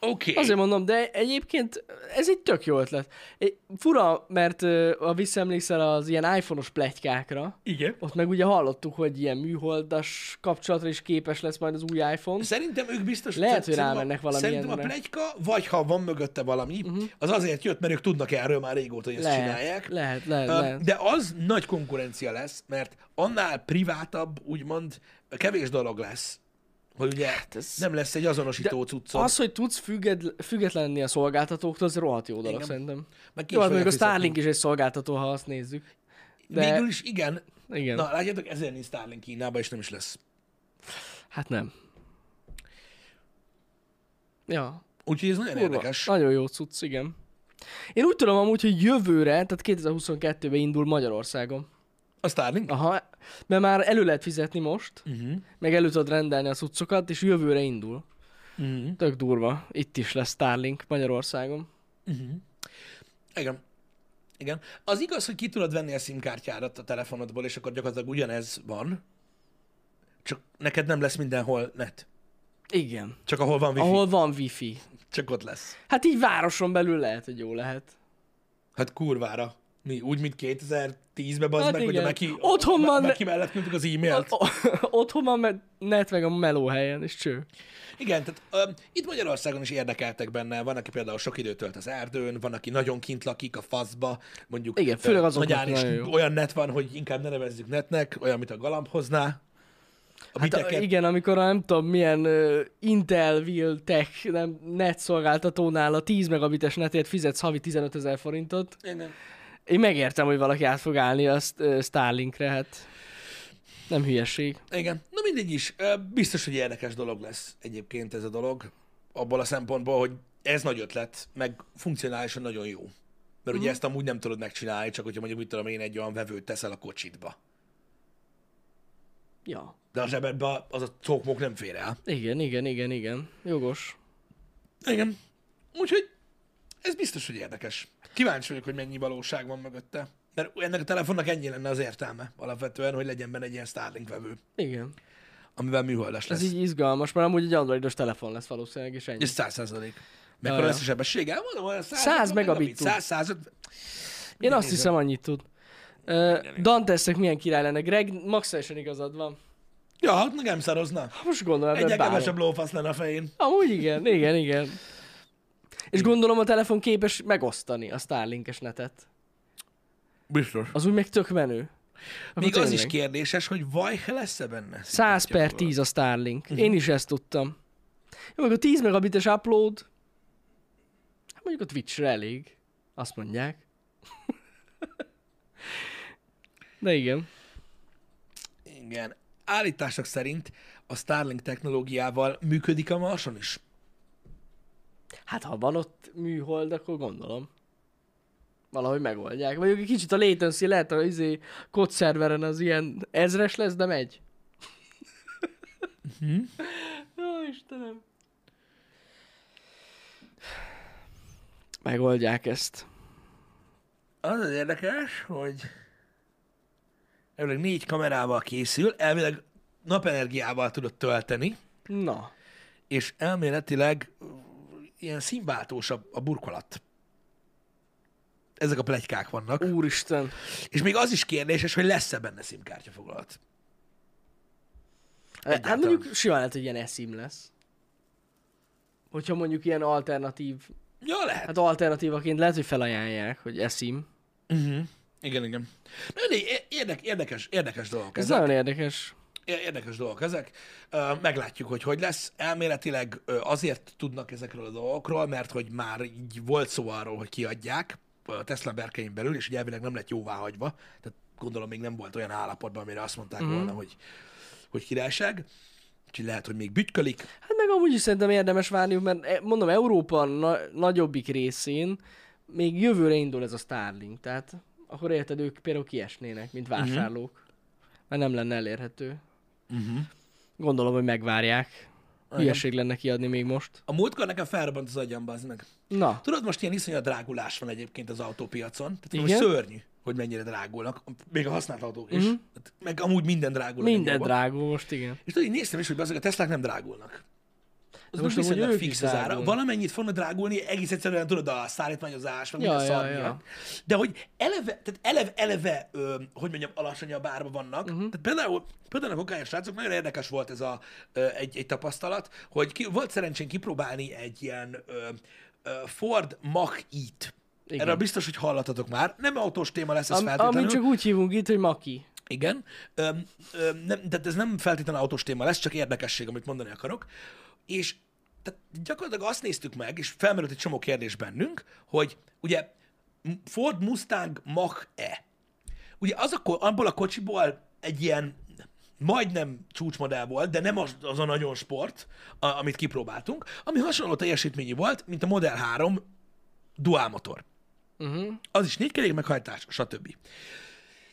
Speaker 1: Oké. Okay.
Speaker 2: Azért mondom, de egyébként ez egy tök jó ötlet. Egy- Fura, mert ö, ha visszaemlékszel az ilyen iPhone-os pletykákra,
Speaker 1: Igen.
Speaker 2: ott meg ugye hallottuk, hogy ilyen műholdas kapcsolatra is képes lesz majd az új iPhone.
Speaker 1: Szerintem ők biztos...
Speaker 2: Lehet, hogy
Speaker 1: szerintem a-
Speaker 2: rámennek valami
Speaker 1: Szerintem a
Speaker 2: ilyenre.
Speaker 1: plegyka, vagy ha van mögötte valami, uh-huh. az azért jött, mert ők tudnak erről már régóta, hogy ezt
Speaker 2: Lehet,
Speaker 1: csinálják.
Speaker 2: lehet, lehet,
Speaker 1: Ö,
Speaker 2: lehet.
Speaker 1: De az nagy konkurencia lesz, mert annál privátabb, úgymond, kevés dolog lesz, hogy ugye hát
Speaker 2: ez-
Speaker 1: ez... nem lesz egy azonosító cuccod.
Speaker 2: Az, hogy tudsz függed, független lenni a szolgáltatóktól, az rohadt jó dolog
Speaker 1: Igen.
Speaker 2: szerintem.
Speaker 1: Meg ki
Speaker 2: Jó,
Speaker 1: is
Speaker 2: hát mondjuk a
Speaker 1: fogják
Speaker 2: Starlink is egy szolgáltató, ha azt nézzük.
Speaker 1: fizetni.
Speaker 2: de-
Speaker 1: Végül is igen.
Speaker 2: Igen.
Speaker 1: Na, látjátok, ezért nincs Starlink Kínában, és nem is lesz.
Speaker 2: Hát nem. Ja,
Speaker 1: Úgyhogy ez nagyon
Speaker 2: Kurva,
Speaker 1: érdekes.
Speaker 2: Nagyon jó cucc, igen. Én úgy tudom amúgy, hogy jövőre, tehát 2022-ben indul Magyarországon.
Speaker 1: A Starlink?
Speaker 2: Aha, mert már elő lehet fizetni most,
Speaker 1: Uh-huh.
Speaker 2: meg elő tudod rendelni a cuccokat, és jövőre indul.
Speaker 1: Uh-huh.
Speaker 2: Tök durva. Itt is lesz Starlink Magyarországon.
Speaker 1: Igen. Igen. Az igaz, hogy ki tudod venni a SIM-kártyádat a telefonodból, és akkor gyakorlatilag ugyanez van, csak neked nem lesz mindenhol net.
Speaker 2: Igen.
Speaker 1: Csak ahol van wifi, ahol...
Speaker 2: Ahol van wifi.
Speaker 1: csak ott lesz.
Speaker 2: Hát így városon belül lehet, hogy jó lehet.
Speaker 1: Hát kurvára. Mi, úgy, mint 2010-ben, bazd
Speaker 2: Hát
Speaker 1: hát meg, hogy a
Speaker 2: igen.
Speaker 1: neki,
Speaker 2: Otthon van, de-
Speaker 1: neki mellett küldtük az e-mailt.
Speaker 2: O- Otthon van me- net meg a meló helyen, és cső.
Speaker 1: Hát Igen, tehát um, itt Magyarországon is érdekeltek benne. Van, aki például sok időt tölt az erdőn, van, aki nagyon kint lakik a faszba, mondjuk
Speaker 2: Igen, főleg
Speaker 1: ö,
Speaker 2: azoknak
Speaker 1: Nagyán is
Speaker 2: nagyon jó.
Speaker 1: olyan net van, hogy inkább ne nevezzük netnek, olyan, mint a galambhoznál. A
Speaker 2: Hát a,
Speaker 1: biteket-
Speaker 2: igen, amikor a nem tudom milyen uh, Intel, Will Tech, nem, net szolgáltatónál a 10 megabites netért fizetsz havi 15 ezer forintot.
Speaker 1: Igen.
Speaker 2: Én megértem, hogy valaki át fog állni a St- ö, Starlinkre, hát nem hülyeség.
Speaker 1: Igen. Na mindegy is. Ö, Biztos, hogy érdekes dolog lesz egyébként ez a dolog. Abból a szempontból, hogy ez nagy ötlet, meg funkcionálisan nagyon jó. Mert
Speaker 2: Mhm.
Speaker 1: ugye ezt amúgy nem tudod megcsinálni, csak hogyha mondjuk mit tudom én, egy olyan vevőt teszel a kocsitba.
Speaker 2: Ja.
Speaker 1: De a zsebedbe az a cokmok nem fér el.
Speaker 2: Igen, igen, igen, igen. Jogos.
Speaker 1: Igen. Úgyhogy ez biztos, hogy érdekes. Kíváncsi vagyok, hogy mennyi valóság van mögötte. Mert ennek a telefonnak ennyi lenne az értelme alapvetően, hogy legyen benne egy ilyen Starlink vevő,
Speaker 2: Igen.
Speaker 1: amivel műholdas lesz.
Speaker 2: Ez így izgalmas, mert amúgy egy androidos telefon lesz valószínűleg, és ennyi.
Speaker 1: Ez 100 százalék. Mekkora
Speaker 2: Ja,
Speaker 1: lesz a sebessége? Mondom, olyan 100,
Speaker 2: 100 megabit tud.
Speaker 1: 100, 150.
Speaker 2: Én azt
Speaker 1: nézem.
Speaker 2: hiszem, annyit tud. Uh, Dantesznek milyen király lenne. Greg, maximálisan igazad van.
Speaker 1: Ja, hát meg nem szarozna.
Speaker 2: Ha most gondolom,
Speaker 1: Egyre
Speaker 2: ebben bármi.
Speaker 1: kevesebb lófasz lenne a fején.
Speaker 2: Amúgy igen, igen, igen. És gondolom a telefon képes megosztani a Starlinkes netet.
Speaker 1: Biztos.
Speaker 2: Az úgy meg tök menő. Akkor
Speaker 1: Még az is
Speaker 2: Hát tényleg.
Speaker 1: kérdéses, hogy vaj lesz-e benne?
Speaker 2: 100 per 10 a Starlink.
Speaker 1: Mhm.
Speaker 2: Én is ezt tudtam. Jó, meg a 10 megabites upload, hát mondjuk a Twitchre elég, azt mondják. De igen.
Speaker 1: Igen. Állítások szerint a Starlink technológiával működik a Marson is.
Speaker 2: Hát ha van ott műhold, akkor gondolom. Valahogy megoldják. Vagy egy kicsit a latency lehet, hogy izé kod szerveren az ilyen ezres lesz, de megy. Jó, Istenem. Megoldják ezt.
Speaker 1: Az az érdekes, hogy elvileg négy kamerával készül, elvileg napenergiával tudod tölteni,
Speaker 2: Na.
Speaker 1: és elméletileg uh, ilyen színváltós a, a burkolat. Ezek a plegykák vannak.
Speaker 2: Úristen. Eh,
Speaker 1: És még az is kérdéses, hogy lesz-e benne szimkártya foglalt.
Speaker 2: Hát
Speaker 1: Egyáltalán.
Speaker 2: mondjuk simán lehet, hogy ilyen eszim lesz. Hogyha mondjuk ilyen alternatív,
Speaker 1: Ja, lehet.
Speaker 2: hát alternatívaként lehet, hogy felajánlják, hogy eszim.
Speaker 1: Uh-huh. Igen, igen. Nagyon é- érdek, érdekes, érdekes dolgok
Speaker 2: Ez
Speaker 1: ezek.
Speaker 2: nagyon érdekes.
Speaker 1: É- Érdekes dolgok ezek. Ö, Meglátjuk, hogy hogy lesz. Elméletileg ö, azért tudnak ezekről a dolgokról, mert hogy már így volt szó arról, hogy kiadják a Tesla berkein belül, és ugye elvileg nem lett jóváhagyva. Tehát gondolom még nem volt olyan állapotban, amire azt mondták
Speaker 2: Mhm.
Speaker 1: mm. volna, hogy, hogy királyság. Úgyhogy lehet, hogy még bütykölik.
Speaker 2: Hát meg amúgy is szerintem érdemes várni, mert e, mondom, Európa na- nagyobbik részén még jövőre indul ez a Starlink, tehát akkor érted, ők például kiesnének, mint
Speaker 1: Mhm.
Speaker 2: vásárlók, mert nem lenne elérhető. Uh-huh.
Speaker 1: Mhm.
Speaker 2: Gondolom, hogy megvárják. Hülyeség lenne kiadni még most.
Speaker 1: A múltkor nekem felrobbant az agyam, az meg.
Speaker 2: Na,
Speaker 1: Tudod, most ilyen iszonyat drágulás van egyébként az autópiacon. Tehát most
Speaker 2: Igen? Mhm.
Speaker 1: szörnyű, hogy mennyire drágulnak. Még a használt autók is. Mm-hmm. Meg amúgy minden drágul.
Speaker 2: minden
Speaker 1: legjobban.
Speaker 2: drágul most, igen.
Speaker 1: És tudod, én néztem is, hogy azok a Teslák nem drágulnak. Az most
Speaker 2: most amúgy
Speaker 1: viszonylag
Speaker 2: ők
Speaker 1: fix
Speaker 2: is
Speaker 1: az ára.
Speaker 2: drágulnak.
Speaker 1: Valamennyit fognak drágulni, egész egyszerűen tudod, a szállítmányozás, meg
Speaker 2: Ja,
Speaker 1: minden
Speaker 2: ja,
Speaker 1: szar
Speaker 2: ja.
Speaker 1: miatt. De hogy eleve, tehát eleve, eleve ö, hogy mondjam, alacsonyabb árban vannak.
Speaker 2: Mhm.
Speaker 1: Uh-huh. Tehát például, például a kokályos srácok, nagyon érdekes volt ez a, ö, egy, egy tapasztalat, hogy ki, volt szerencsén kipróbálni egy ilyen ö, ö, Ford Mach-E-t.
Speaker 2: Igen.
Speaker 1: Erről biztos, hogy hallottatok már. Nem autós téma lesz ez
Speaker 2: Am-
Speaker 1: feltétlenül.
Speaker 2: amit csak úgy hívunk itt, hogy Maki.
Speaker 1: Igen. Öm, öm, nem, tehát ez nem feltétlenül autós téma lesz, csak érdekesség, amit mondani akarok. És tehát gyakorlatilag azt néztük meg, és felmerült egy csomó kérdés bennünk, hogy ugye Ford Mustang Mach-E. Ugye az a, ko- abból a kocsiból egy ilyen majdnem csúcsmodell volt, de nem az, az a nagyon sport, a, amit kipróbáltunk, ami hasonló teljesítményű volt, mint a Model 3 dual motor.
Speaker 2: Uh-huh.
Speaker 1: Az is négykerék meghajtás, stb.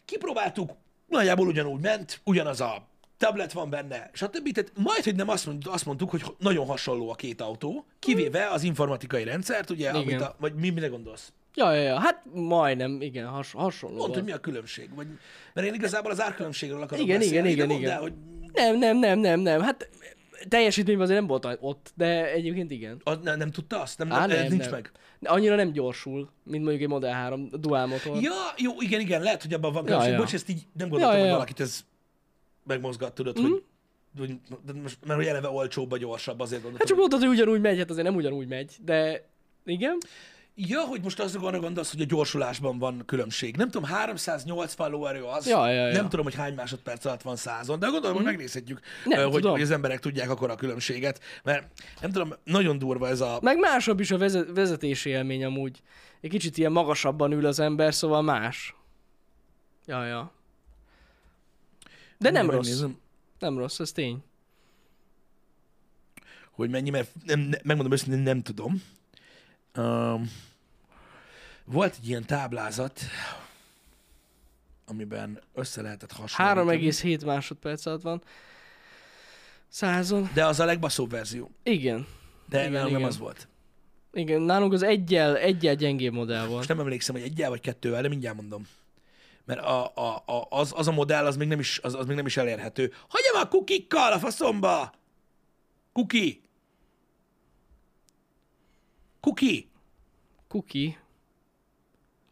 Speaker 1: Kipróbáltuk, nagyjából ugyanúgy ment, ugyanaz a tablet van benne, stb. Tehát majd, hogy nem azt mondtuk, azt mondtuk, hogy nagyon hasonló a két autó, kivéve az informatikai rendszert, ugye, Igen. amit a, vagy mi, mire gondolsz?
Speaker 2: Ja, ja, ja, hát majdnem, igen, has- hasonló.
Speaker 1: Mondd,
Speaker 2: volt.
Speaker 1: hogy mi a különbség, vagy, mert én igazából az árkülönbségről akarok
Speaker 2: Igen,
Speaker 1: beszélni,
Speaker 2: igen,
Speaker 1: de
Speaker 2: igen,
Speaker 1: mondd el,
Speaker 2: igen.
Speaker 1: hogy
Speaker 2: Nem, nem, nem, nem, nem. Hát teljesítményben azért nem volt ott, de egyébként igen.
Speaker 1: a, nem, nem tudta azt? Nem,
Speaker 2: Á,
Speaker 1: nem, nem, nincs nem. meg.
Speaker 2: Annyira nem gyorsul, mint mondjuk egy Model 3 dual motor.
Speaker 1: Ja, jó, igen, igen, lehet, hogy abban van különbség.
Speaker 2: ja.
Speaker 1: Bocs, ezt így nem gondoltam,
Speaker 2: Ja, ja, Mhm.
Speaker 1: hogy
Speaker 2: ja.
Speaker 1: valakit ez megmozgat, tudod, mm. hogy, hogy de most, mert hogy eleve olcsóbb vagy gyorsabb, azért gondoltam.
Speaker 2: Hát
Speaker 1: hogy-
Speaker 2: csak mondtad, hogy ugyanúgy megy, hát azért nem ugyanúgy megy, de igen.
Speaker 1: Ja, hogy most azok arra gondolsz, hogy a gyorsulásban van különbség. Nem tudom, 380 lóerő az.
Speaker 2: Ja, ja, ja.
Speaker 1: Nem tudom, hogy hány másodperc alatt van százon, de gondolom, hogy megnézhetjük,
Speaker 2: Nem
Speaker 1: ö, hogy,
Speaker 2: tudom.
Speaker 1: hogy az emberek tudják akkor a különbséget. Mert nem tudom, nagyon durva ez a...
Speaker 2: Meg másabb is a veze- vezetési élmény amúgy. Egy kicsit ilyen magasabban ül az ember, szóval más. Ja, ja. De nem rossz.
Speaker 1: Megnézem,
Speaker 2: Nem rossz, ez tény.
Speaker 1: hogy mennyi, mert nem, ne- megmondom őszintén, nem tudom. Um, volt egy ilyen táblázat, amiben össze lehetett hasonlítani.
Speaker 2: 3,7 másodperc alatt van. Százon.
Speaker 1: De az a legbaszóbb verzió.
Speaker 2: Igen.
Speaker 1: De
Speaker 2: Igen,
Speaker 1: igen, nem
Speaker 2: igen.
Speaker 1: az volt.
Speaker 2: Igen, nálunk az egyel, egyel gyengébb modell volt.
Speaker 1: Most nem emlékszem, hogy egyel vagy kettővel, de mindjárt mondom. Mert a, a, a, az, az, a modell, az még nem is, az, az még nem is elérhető. Hagyjam a kukikkal a faszomba! Kuki! Kuki!
Speaker 2: Kuki.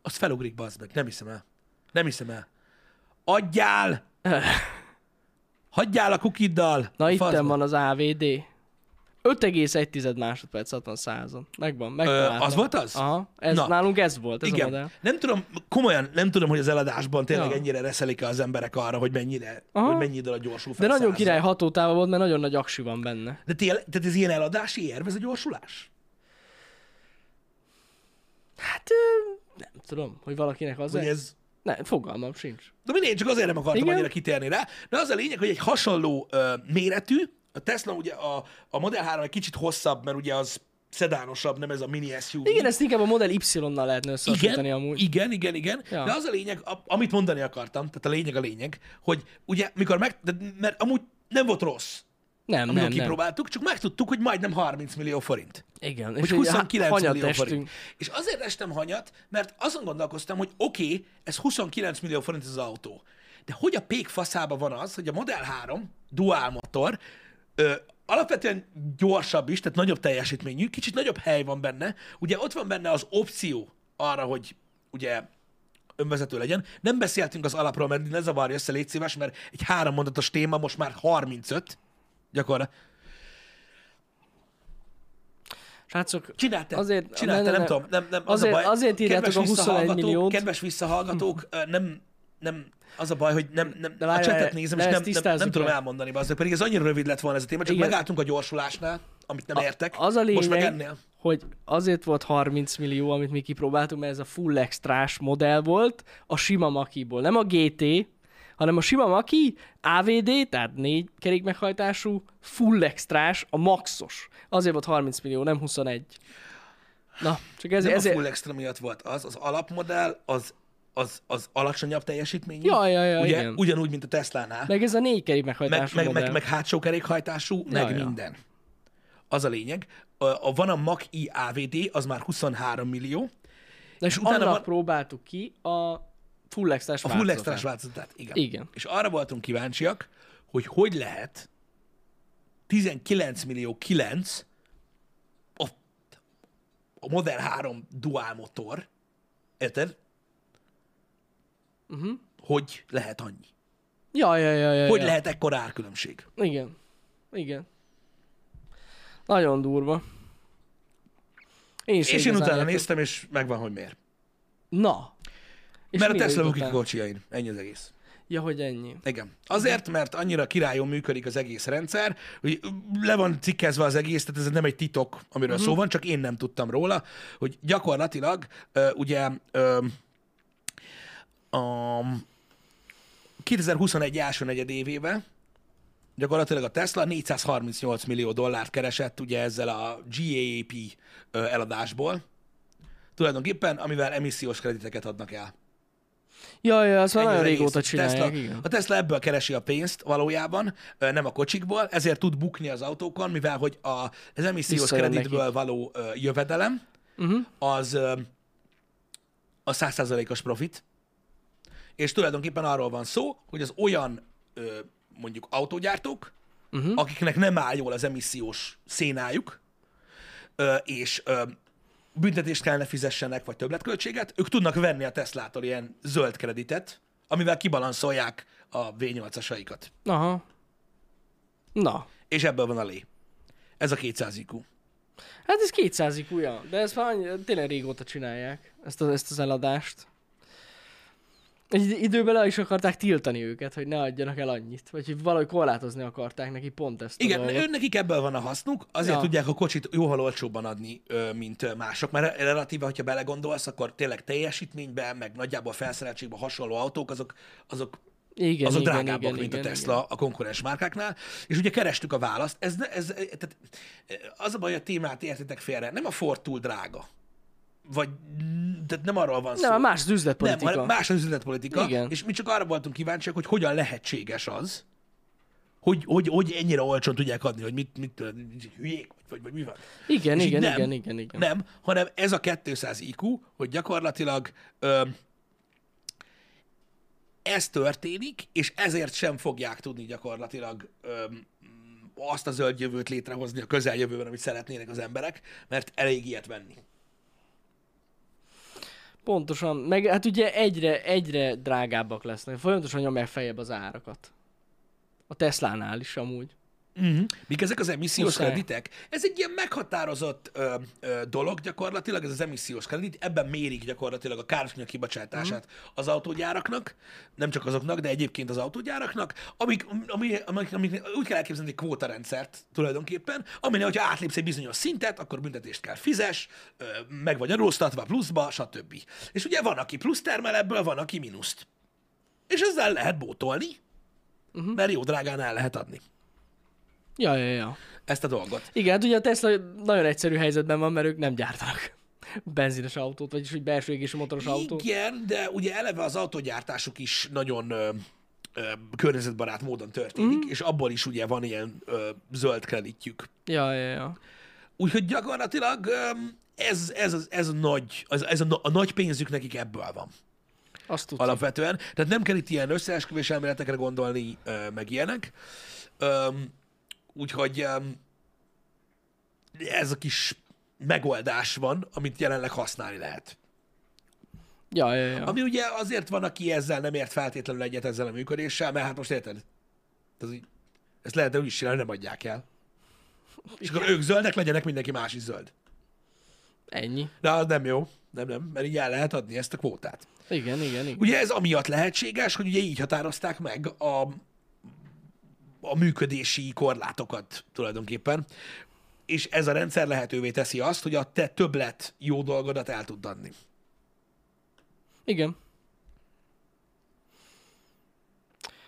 Speaker 1: Az felugrik, bazd meg. Nem hiszem el. Nem hiszem el. Adjál! Hagyjál a kukiddal!
Speaker 2: Na
Speaker 1: A
Speaker 2: itt
Speaker 1: faszba.
Speaker 2: van az AVD. 5,1 másodperc alatt van százon. Megvan, megtaláltam.
Speaker 1: az volt az?
Speaker 2: Aha, ez,
Speaker 1: Na.
Speaker 2: nálunk ez volt, ez Igen. a
Speaker 1: Igen.
Speaker 2: modell.
Speaker 1: Nem tudom, komolyan nem tudom, hogy az eladásban tényleg
Speaker 2: Ja.
Speaker 1: ennyire reszelik az emberek arra, hogy mennyire,
Speaker 2: Aha.
Speaker 1: hogy mennyi idő a gyorsul
Speaker 2: De
Speaker 1: fel
Speaker 2: nagyon
Speaker 1: százra.
Speaker 2: király hatótáva volt, mert nagyon nagy aksi van benne.
Speaker 1: De tél, tehát ez ilyen eladási érv, ez a gyorsulás?
Speaker 2: Hát ö, nem tudom, hogy valakinek az
Speaker 1: Vagy
Speaker 2: ez...
Speaker 1: ez...
Speaker 2: Nem, fogalmam sincs.
Speaker 1: De mindegy, csak azért nem akartam Igen?
Speaker 2: Igen?
Speaker 1: annyira kitérni rá. De az a lényeg, hogy egy hasonló ö, méretű, a Tesla ugye a, a Model 3 egy kicsit hosszabb, mert ugye az szedánosabb, nem ez a mini SUV.
Speaker 2: Igen, ezt inkább a Model Y-nal lehetne
Speaker 1: igen,
Speaker 2: összehasonlítani amúgy.
Speaker 1: igen, igen, igen. Ja.
Speaker 2: Ja.
Speaker 1: De az a lényeg, a, amit mondani akartam, tehát a lényeg a lényeg, hogy ugye mikor meg, de, mert amúgy nem volt rossz,
Speaker 2: Nem,
Speaker 1: amikor
Speaker 2: nem, nem.
Speaker 1: kipróbáltuk, nem. csak megtudtuk, hogy majdnem 30 millió forint.
Speaker 2: Igen,
Speaker 1: Hogy
Speaker 2: egy
Speaker 1: 29
Speaker 2: hát, hanyat
Speaker 1: millió
Speaker 2: estünk.
Speaker 1: forint. És azért estem hanyat, mert azon gondolkoztam, hogy oké, okay, ez 29 millió forint ez az autó. De hogy a pék faszába van az, hogy a Model 3 dual motor ö, alapvetően gyorsabb is, tehát nagyobb teljesítményű, kicsit nagyobb hely van benne. Ugye ott van benne az opció arra, hogy ugye önvezető legyen. Nem beszéltünk az alapról, mert ne zavarj össze, légy szíves, mert egy három mondatos téma most már 35 gyakorlatilag.
Speaker 2: Srácok,
Speaker 1: Csinált te.
Speaker 2: Azért-
Speaker 1: Csinált te,
Speaker 2: ne, ne,
Speaker 1: nem
Speaker 2: ne.
Speaker 1: tudom. Nem, nem, az
Speaker 2: Azért-
Speaker 1: a baj.
Speaker 2: azért írjátok
Speaker 1: Kedves
Speaker 2: a 21
Speaker 1: visszahallgatók-
Speaker 2: milliót.
Speaker 1: Kedves visszahallgatók, ö, nem, nem, az a baj, hogy nem, nem
Speaker 2: De
Speaker 1: de a
Speaker 2: várj,
Speaker 1: csetet
Speaker 2: várj,
Speaker 1: nézem,
Speaker 2: de
Speaker 1: és
Speaker 2: ezt
Speaker 1: nem, nem,
Speaker 2: tisztázzuk
Speaker 1: nem tudom
Speaker 2: le.
Speaker 1: elmondani, bazdok, pedig ez annyira rövid lett volna ez a téma, csak
Speaker 2: Igen.
Speaker 1: megálltunk a gyorsulásnál, amit nem értek.
Speaker 2: Az a
Speaker 1: Most meg
Speaker 2: lényeg,
Speaker 1: ennél.
Speaker 2: hogy azért volt 30 millió, amit mi kipróbáltunk, mert ez a full extrás modell volt a sima makiból. Nem a GT, hanem a sima maki AVD, tehát négy kerék meghajtású, full extrás, a maxos. Azért volt 30 millió, nem 21. Na, csak ez,
Speaker 1: Nem
Speaker 2: ezért...
Speaker 1: a full extra miatt volt az, az alapmodell, az, az, az alacsonyabb teljesítményű.
Speaker 2: Ja, ja, ja,
Speaker 1: ugye,
Speaker 2: igen.
Speaker 1: ugyanúgy, mint a Teslánál.
Speaker 2: Meg ez a négy kerék
Speaker 1: meg,
Speaker 2: meghajtású
Speaker 1: meg,
Speaker 2: modell.
Speaker 1: meg, meg hátsó kerékhajtású, meg
Speaker 2: ja.
Speaker 1: minden. Az a lényeg. A, a, van a Mac i AVD, az már 23 millió,
Speaker 2: Na, és,
Speaker 1: és utána
Speaker 2: annak
Speaker 1: van-
Speaker 2: próbáltuk ki a full extrás
Speaker 1: a full extra változatát. Igen.
Speaker 2: Igen.
Speaker 1: És arra voltunk kíváncsiak, hogy hogy lehet 19 millió 9 a, a Model 3 dual motor, érted? Uh-huh. Mhm. Hogy lehet annyi?
Speaker 2: Ja, ja, ja, ja,
Speaker 1: Hogy
Speaker 2: ja.
Speaker 1: lehet ekkora árkülönbség?
Speaker 2: Igen. Igen. Nagyon durva. Én is
Speaker 1: És én
Speaker 2: igazán
Speaker 1: utána
Speaker 2: értem.
Speaker 1: néztem, és megvan, hogy miért.
Speaker 2: Na. És
Speaker 1: Mert a
Speaker 2: mire
Speaker 1: Tesla bukik a
Speaker 2: jutottál?
Speaker 1: kocsiain. Ennyi az egész.
Speaker 2: Ja, hogy ennyi.
Speaker 1: Igen. Azért, mert annyira királyon működik az egész rendszer, hogy le van cikkezve az egész, tehát ez nem egy titok, amiről uh-huh. szó van, csak én nem tudtam róla, hogy gyakorlatilag ö, ugye ö, a 2021 első negyed évében gyakorlatilag a Tesla 438 millió dollárt keresett ugye ezzel a GAAP ö, eladásból, tulajdonképpen, amivel emissziós krediteket adnak el.
Speaker 2: Ja, ja, azt már
Speaker 1: Ennyi
Speaker 2: nagyon
Speaker 1: az egész.
Speaker 2: régóta csinálják,
Speaker 1: Tesla,
Speaker 2: igen.
Speaker 1: a Tesla ebből keresi a pénzt valójában, ö, nem a kocsikból, ezért tud bukni az autókon, mivel hogy a, az emissziós
Speaker 2: Visszajön Mhm.
Speaker 1: kreditből való ö, jövedelem, uh-huh. az ö, a 100%-os profit, és tulajdonképpen arról van szó, hogy az olyan ö, mondjuk autógyártók,
Speaker 2: Mhm.
Speaker 1: uh-huh. akiknek nem áll jól az emissziós szénájuk, ö, és ö, büntetést kellene fizessenek, vagy többletköltséget, ők tudnak venni a Teslától ilyen zöld kreditet, amivel kibalanszolják a V8-asaikat.
Speaker 2: Aha. Na.
Speaker 1: És ebből van a lé. Ez a 200 IQ.
Speaker 2: Hát ez 200 iq ja. de ezt már annyi, tényleg régóta csinálják, ezt, a, ezt az eladást. Egy időben le is akarták tiltani őket, hogy ne adjanak el annyit, vagy hogy valahogy korlátozni akarták neki pont ezt a
Speaker 1: Igen,
Speaker 2: dolgot.
Speaker 1: ő nekik ebből van a hasznuk, azért
Speaker 2: Ja.
Speaker 1: ja. tudják a kocsit jóval olcsóbban adni, ö, mint ö, mások, mert relatíve, hogyha belegondolsz, akkor tényleg teljesítményben, meg nagyjából felszereltségben hasonló autók, azok, azok,
Speaker 2: igen,
Speaker 1: azok
Speaker 2: igen,
Speaker 1: drágábbak,
Speaker 2: igen,
Speaker 1: mint
Speaker 2: igen,
Speaker 1: a Tesla a konkurens márkáknál, és ugye kerestük a választ, ez, ne- ez, tehát az a baj, hogy a témát értitek félre, nem a Ford túl drága, vagy tehát nem arról van szó.
Speaker 2: Nem, más az
Speaker 1: Nem,
Speaker 2: üzletpolitika.
Speaker 1: hanem más az üzletpolitika,
Speaker 2: Igen.
Speaker 1: Igen. és mi csak arra voltunk kíváncsiak, hogy hogyan lehetséges az, hogy, hogy, hogy ennyire olcsón tudják adni, hogy mit, mit hülyék, vagy, vagy, vagy mi van.
Speaker 2: Igen,
Speaker 1: És így
Speaker 2: igen,
Speaker 1: nem.
Speaker 2: igen, igen, igen.
Speaker 1: Nem, hanem ez a 200 IQ, hogy gyakorlatilag ö, ez történik, és ezért sem fogják tudni gyakorlatilag ö, azt a zöld jövőt létrehozni a közeljövőben, amit szeretnének az emberek, mert elég ilyet venni.
Speaker 2: Pontosan, meg hát ugye egyre, egyre drágábbak lesznek. Folyamatosan nyomják feljebb az árakat. A Teslánál is amúgy.
Speaker 1: Uh-huh. Mik ezek az emissziós
Speaker 2: Muszáj.
Speaker 1: kreditek? Ez egy ilyen meghatározott ö, ö, dolog gyakorlatilag, ez az emissziós kredit, ebben mérik gyakorlatilag a károsanyag kibocsátását uh-huh. az autógyáraknak, nem csak azoknak, de egyébként az autógyáraknak, amik, ami, amik, amik úgy kell elképzelni egy kvótarendszert tulajdonképpen, aminek, hogyha átlépsz egy bizonyos szintet, akkor büntetést kell fizes, ö, meg vagy adóztatva pluszba, stb. És ugye van, aki plusz termel ebből, van, aki mínuszt. És ezzel lehet bótolni, uh-huh. mert jó drágán el lehet adni
Speaker 2: Ja, ja, ja.
Speaker 1: ezt a dolgot.
Speaker 2: Igen, hát ugye a Tesla nagyon egyszerű helyzetben van, mert ők nem gyártanak benzines autót, vagyis hogy belső égésű motoros autót.
Speaker 1: Igen, de ugye eleve az autógyártásuk is nagyon ö, ö, környezetbarát módon történik, mm. és abból is ugye van ilyen ö, zöld kreditjük.
Speaker 2: Ja, ja, ja.
Speaker 1: Úgyhogy gyakorlatilag ö, ez, ez, az- ez, a nagy, az, ez a, na- a nagy pénzük nekik ebből van.
Speaker 2: Azt tudsz. Alap...
Speaker 1: alapvetően. Tehát nem kell itt ilyen összeesküvés elméletekre gondolni, ö, meg ilyenek. Öm, Úgyhogy öm, ez a kis megoldás van, amit jelenleg használni lehet.
Speaker 2: Ja, ja, ja.
Speaker 1: Ami ugye azért van, aki ezzel nem ért feltétlenül egyet ezzel a működéssel, mert hát most érted? Ez így, ezt lehet, de úgy is csinálni, nem adják el. És akkor ők zöldek, legyenek mindenki más is zöld.
Speaker 2: Ennyi.
Speaker 1: De az nem jó. Nem, nem, mert így el lehet adni ezt a kvótát.
Speaker 2: Igen, igen, igen.
Speaker 1: Ugye ez amiatt lehetséges, hogy ugye így határozták meg a, a működési korlátokat tulajdonképpen, és ez a rendszer lehetővé teszi azt, hogy a te többlet jó dolgodat el tud adni.
Speaker 2: Igen.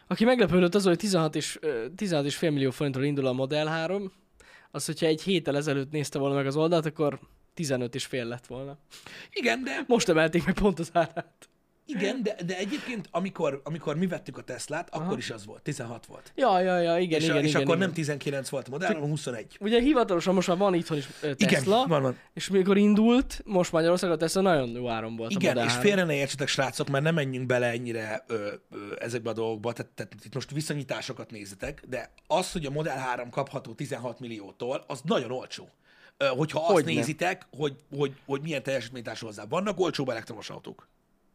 Speaker 2: Aki meglepődött az, hogy 16 és, ö, 16 és fél millió forintról indul a Model 3, az, hogyha egy héttel ezelőtt nézte volna meg az oldalt, akkor 15 és fél lett volna.
Speaker 1: Igen, de
Speaker 2: Most emelték meg pont az árát.
Speaker 1: igen, de, de egyébként, amikor, amikor mi vettük a Teslát, akkor Aha. is az volt, 16 volt.
Speaker 2: Ja, ja, ja, igen,
Speaker 1: És,
Speaker 2: igen,
Speaker 1: és
Speaker 2: igen,
Speaker 1: akkor
Speaker 2: igen.
Speaker 1: nem 19 volt a modell, hanem 21.
Speaker 2: Ugye hivatalosan most már van itthon is ö, Tesla,
Speaker 1: Igen, van, van.
Speaker 2: és mikor indult, most Magyarországon a Tesla nagyon jó áron volt a
Speaker 1: Igen,
Speaker 2: Model
Speaker 1: és
Speaker 2: 3.
Speaker 1: félre ne értsetek, srácok, mert nem menjünk bele ennyire ö, ö, ezekbe a dolgokba, tehát, tehát itt most viszonyításokat nézzetek, de az, hogy a Model 3 kapható 16 milliótól, az nagyon olcsó. Ö, hogyha azt
Speaker 2: Hogyne.
Speaker 1: nézitek, hogy, hogy, hogy milyen teljesítménytársú hozzá. Vannak olcsóbb elektromos autók.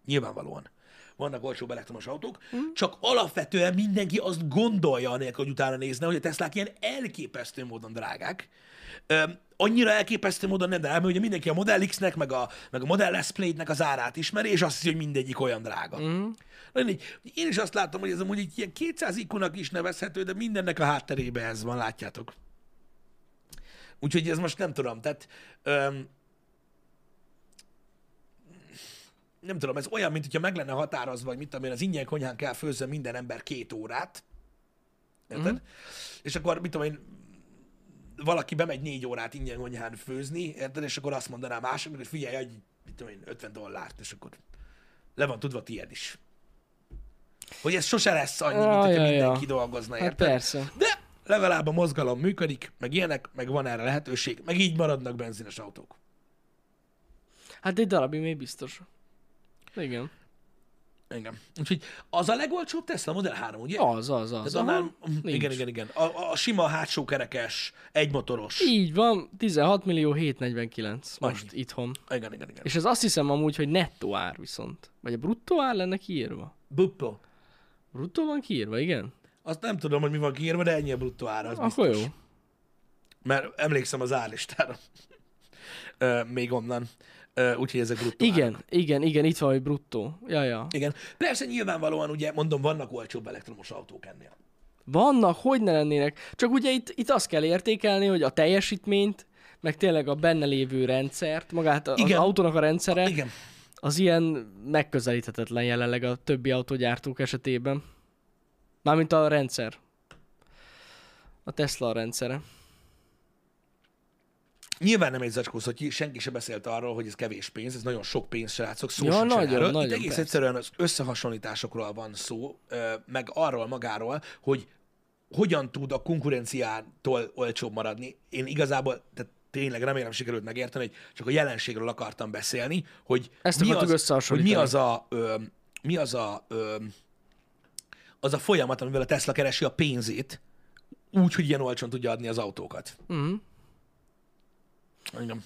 Speaker 1: Nyilvánvalóan. Vannak olcsóbb elektromos autók, csak alapvetően mindenki azt gondolja, anélkül, hogy utána nézne, hogy a Teslák ilyen elképesztő módon drágák. Öm, annyira elképesztő módon nem drága, mert ugye mindenki a Model X-nek, meg a, meg a Model S Plate-nek az árát ismeri, és azt hiszi, hogy mindegyik olyan drága. Mm. Én is azt látom, hogy ez amúgy egy ilyen 200 ikunak is nevezhető, de mindennek a hátterébe ez van, látjátok. Úgyhogy ez most nem tudom, tehát öm, nem tudom, ez olyan, mint hogyha meg lenne határozva, hogy mit tudom én, az ingyen konyhán kell főzzön minden ember két órát, érted? Mm. És akkor, mit tudom én, valaki bemegy négy órát ingyen konyhán főzni, érted? És akkor azt mondaná másoknak, hogy figyelj, adj, mit tudom én, 50 dollárt, és akkor le van tudva tiéd is. Hogy ez sose lesz annyi, mint
Speaker 2: Ja,
Speaker 1: hogyha
Speaker 2: ja, ja.
Speaker 1: mindenki dolgozna,
Speaker 2: Hát
Speaker 1: érted?
Speaker 2: persze.
Speaker 1: De legalább a mozgalom működik, meg ilyenek, meg van erre lehetőség, meg így maradnak benzines autók.
Speaker 2: Hát egy darabig még biztos. Igen.
Speaker 1: Igen. Úgyhogy az a legolcsóbb Tesla Model 3, ugye?
Speaker 2: Az, az, az.
Speaker 1: Ez
Speaker 2: Aha.
Speaker 1: annál... Mhm.
Speaker 2: nincs.
Speaker 1: Igen, igen, igen. A, a- a sima hátsó kerekes, egymotoros.
Speaker 2: Így van, 16 millió 749 most
Speaker 1: Annyi.
Speaker 2: itthon.
Speaker 1: Igen, igen, igen.
Speaker 2: És ez azt hiszem amúgy, hogy nettó ár viszont. Vagy a bruttó ár lenne kiírva?
Speaker 1: Buppo.
Speaker 2: Bruttó van kiírva, igen?
Speaker 1: Azt nem tudom, hogy mi van kiírva, de ennyi a bruttó ára. Az
Speaker 2: Akkor
Speaker 1: biztos.
Speaker 2: jó.
Speaker 1: Mert emlékszem az árlistára. Ö, Még onnan. Ö, Úgyhogy ezek bruttó árak.
Speaker 2: Igen, igen, igen, itt van, hogy bruttó. Ja, ja.
Speaker 1: Igen. Persze nyilvánvalóan ugye, mondom, vannak olcsóbb elektromos autók ennél.
Speaker 2: Vannak, hogy ne lennének. Csak ugye itt, itt azt kell értékelni, hogy a teljesítményt, meg tényleg a benne lévő rendszert, magát a- az
Speaker 1: Igen.
Speaker 2: autónak a rendszere,
Speaker 1: Igen.
Speaker 2: az ilyen megközelíthetetlen jelenleg a többi autógyártók esetében. Mármint a rendszer. A Tesla rendszere.
Speaker 1: Nyilván nem egy zacskós, hogy senki se beszélt arról, hogy ez kevés pénz, ez nagyon sok pénz, srácok, szó
Speaker 2: Ja,
Speaker 1: ja,
Speaker 2: nagyon,
Speaker 1: nagyon, erről.
Speaker 2: nagyon,
Speaker 1: Itt egész
Speaker 2: persze.
Speaker 1: egyszerűen az összehasonlításokról van szó, ö, meg arról magáról, hogy hogyan tud a konkurenciától olcsóbb maradni. Én igazából, tehát tényleg remélem sikerült megérteni, hogy csak a jelenségről akartam beszélni, hogy,
Speaker 2: Ezt
Speaker 1: mi,
Speaker 2: akartuk
Speaker 1: az, hogy mi
Speaker 2: összehasonlítani.
Speaker 1: az a, ö, mi az a, ö, az a folyamat, amivel a Tesla keresi a pénzét, úgy, hogy ilyen olcsón tudja adni az autókat.
Speaker 2: Mhm.
Speaker 1: Igen.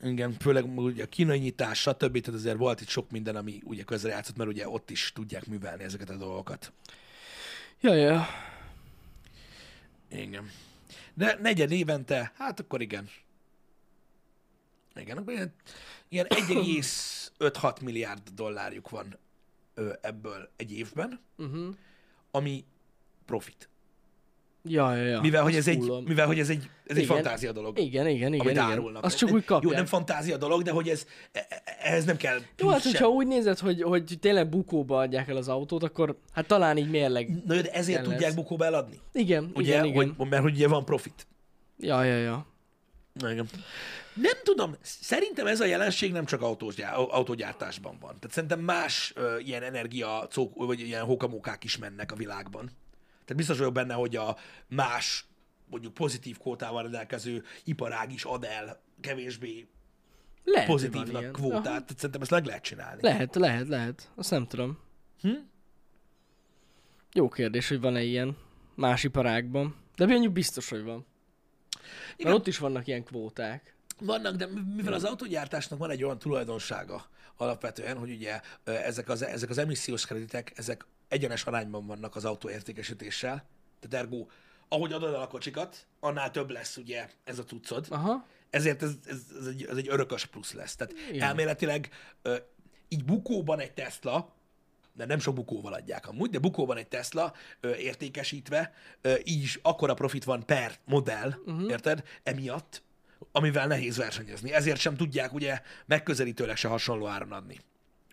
Speaker 1: Igen, főleg ugye a kínai nyitás, stb. Tehát azért volt itt sok minden, ami ugye közrejátszott, mert ugye ott is tudják művelni ezeket a dolgokat.
Speaker 2: Ja, ja.
Speaker 1: Igen. De negyed évente, hát akkor igen. Igen, akkor ilyen, ilyen 1,56 milliárd dollárjuk van ö, ebből egy évben,
Speaker 2: Uh-huh.
Speaker 1: ami profit.
Speaker 2: Ja, ja, ja.
Speaker 1: Mivel, hogy
Speaker 2: Azt
Speaker 1: ez egy,
Speaker 2: hullom.
Speaker 1: mivel hogy ez egy, ez egy
Speaker 2: Igen.
Speaker 1: fantázia dolog.
Speaker 2: Igen, igen, igen.
Speaker 1: amit
Speaker 2: igen.
Speaker 1: árulnak.
Speaker 2: Azt csak úgy
Speaker 1: Jó,
Speaker 2: kapják.
Speaker 1: nem fantázia dolog, de hogy ez, e- e- ehhez nem kell
Speaker 2: Jó, hát
Speaker 1: semmi.
Speaker 2: hogyha úgy nézed, hogy, hogy tényleg bukóba adják el az autót, akkor hát talán így mérleg.
Speaker 1: Na jó, de ezért
Speaker 2: Kell
Speaker 1: tudják
Speaker 2: ez.
Speaker 1: bukóba eladni.
Speaker 2: Igen,
Speaker 1: Ugye,
Speaker 2: igen,
Speaker 1: hogy,
Speaker 2: igen.
Speaker 1: mert hogy ugye van profit.
Speaker 2: Ja, ja, ja.
Speaker 1: Na, igen. Nem tudom, szerintem ez a jelenség nem csak autósgyá- autógyártásban van. Tehát szerintem más ö, ilyen energia, cók, vagy ilyen hokamókák is mennek a világban. Tehát biztos vagyok benne, hogy a más, mondjuk pozitív kvótával rendelkező iparág is ad el kevésbé
Speaker 2: Lehet, hogy van
Speaker 1: pozitívnak
Speaker 2: ilyen.
Speaker 1: kvótát.
Speaker 2: Aha.
Speaker 1: Tehát szerintem ezt meg lehet csinálni.
Speaker 2: Lehet, lehet, lehet. Azt nem tudom.
Speaker 1: Hm?
Speaker 2: Jó kérdés, hogy van-e ilyen más iparágban. De mondjuk biztos, hogy van.
Speaker 1: Igen.
Speaker 2: Mert ott is vannak ilyen kvóták.
Speaker 1: Vannak, de mivel az autógyártásnak van egy olyan tulajdonsága alapvetően, hogy ugye ö, ezek az, ezek az emissziós kreditek, ezek egyenes arányban vannak az autó értékesítéssel. Tehát ergo, ahogy adod el a kocsikat, annál több lesz ugye ez a cuccod.
Speaker 2: Aha.
Speaker 1: ezért ez, ez, ez, egy, ez egy örökös plusz lesz. Tehát
Speaker 2: Igen.
Speaker 1: elméletileg ö, így bukóban egy Tesla, de nem sok bukóval adják amúgy, de bukóban egy Tesla ö, értékesítve, ö, így is akkora profit van per modell, uh-huh. érted, emiatt, amivel nehéz versenyezni. Ezért sem tudják ugye megközelítőleg se hasonló áron adni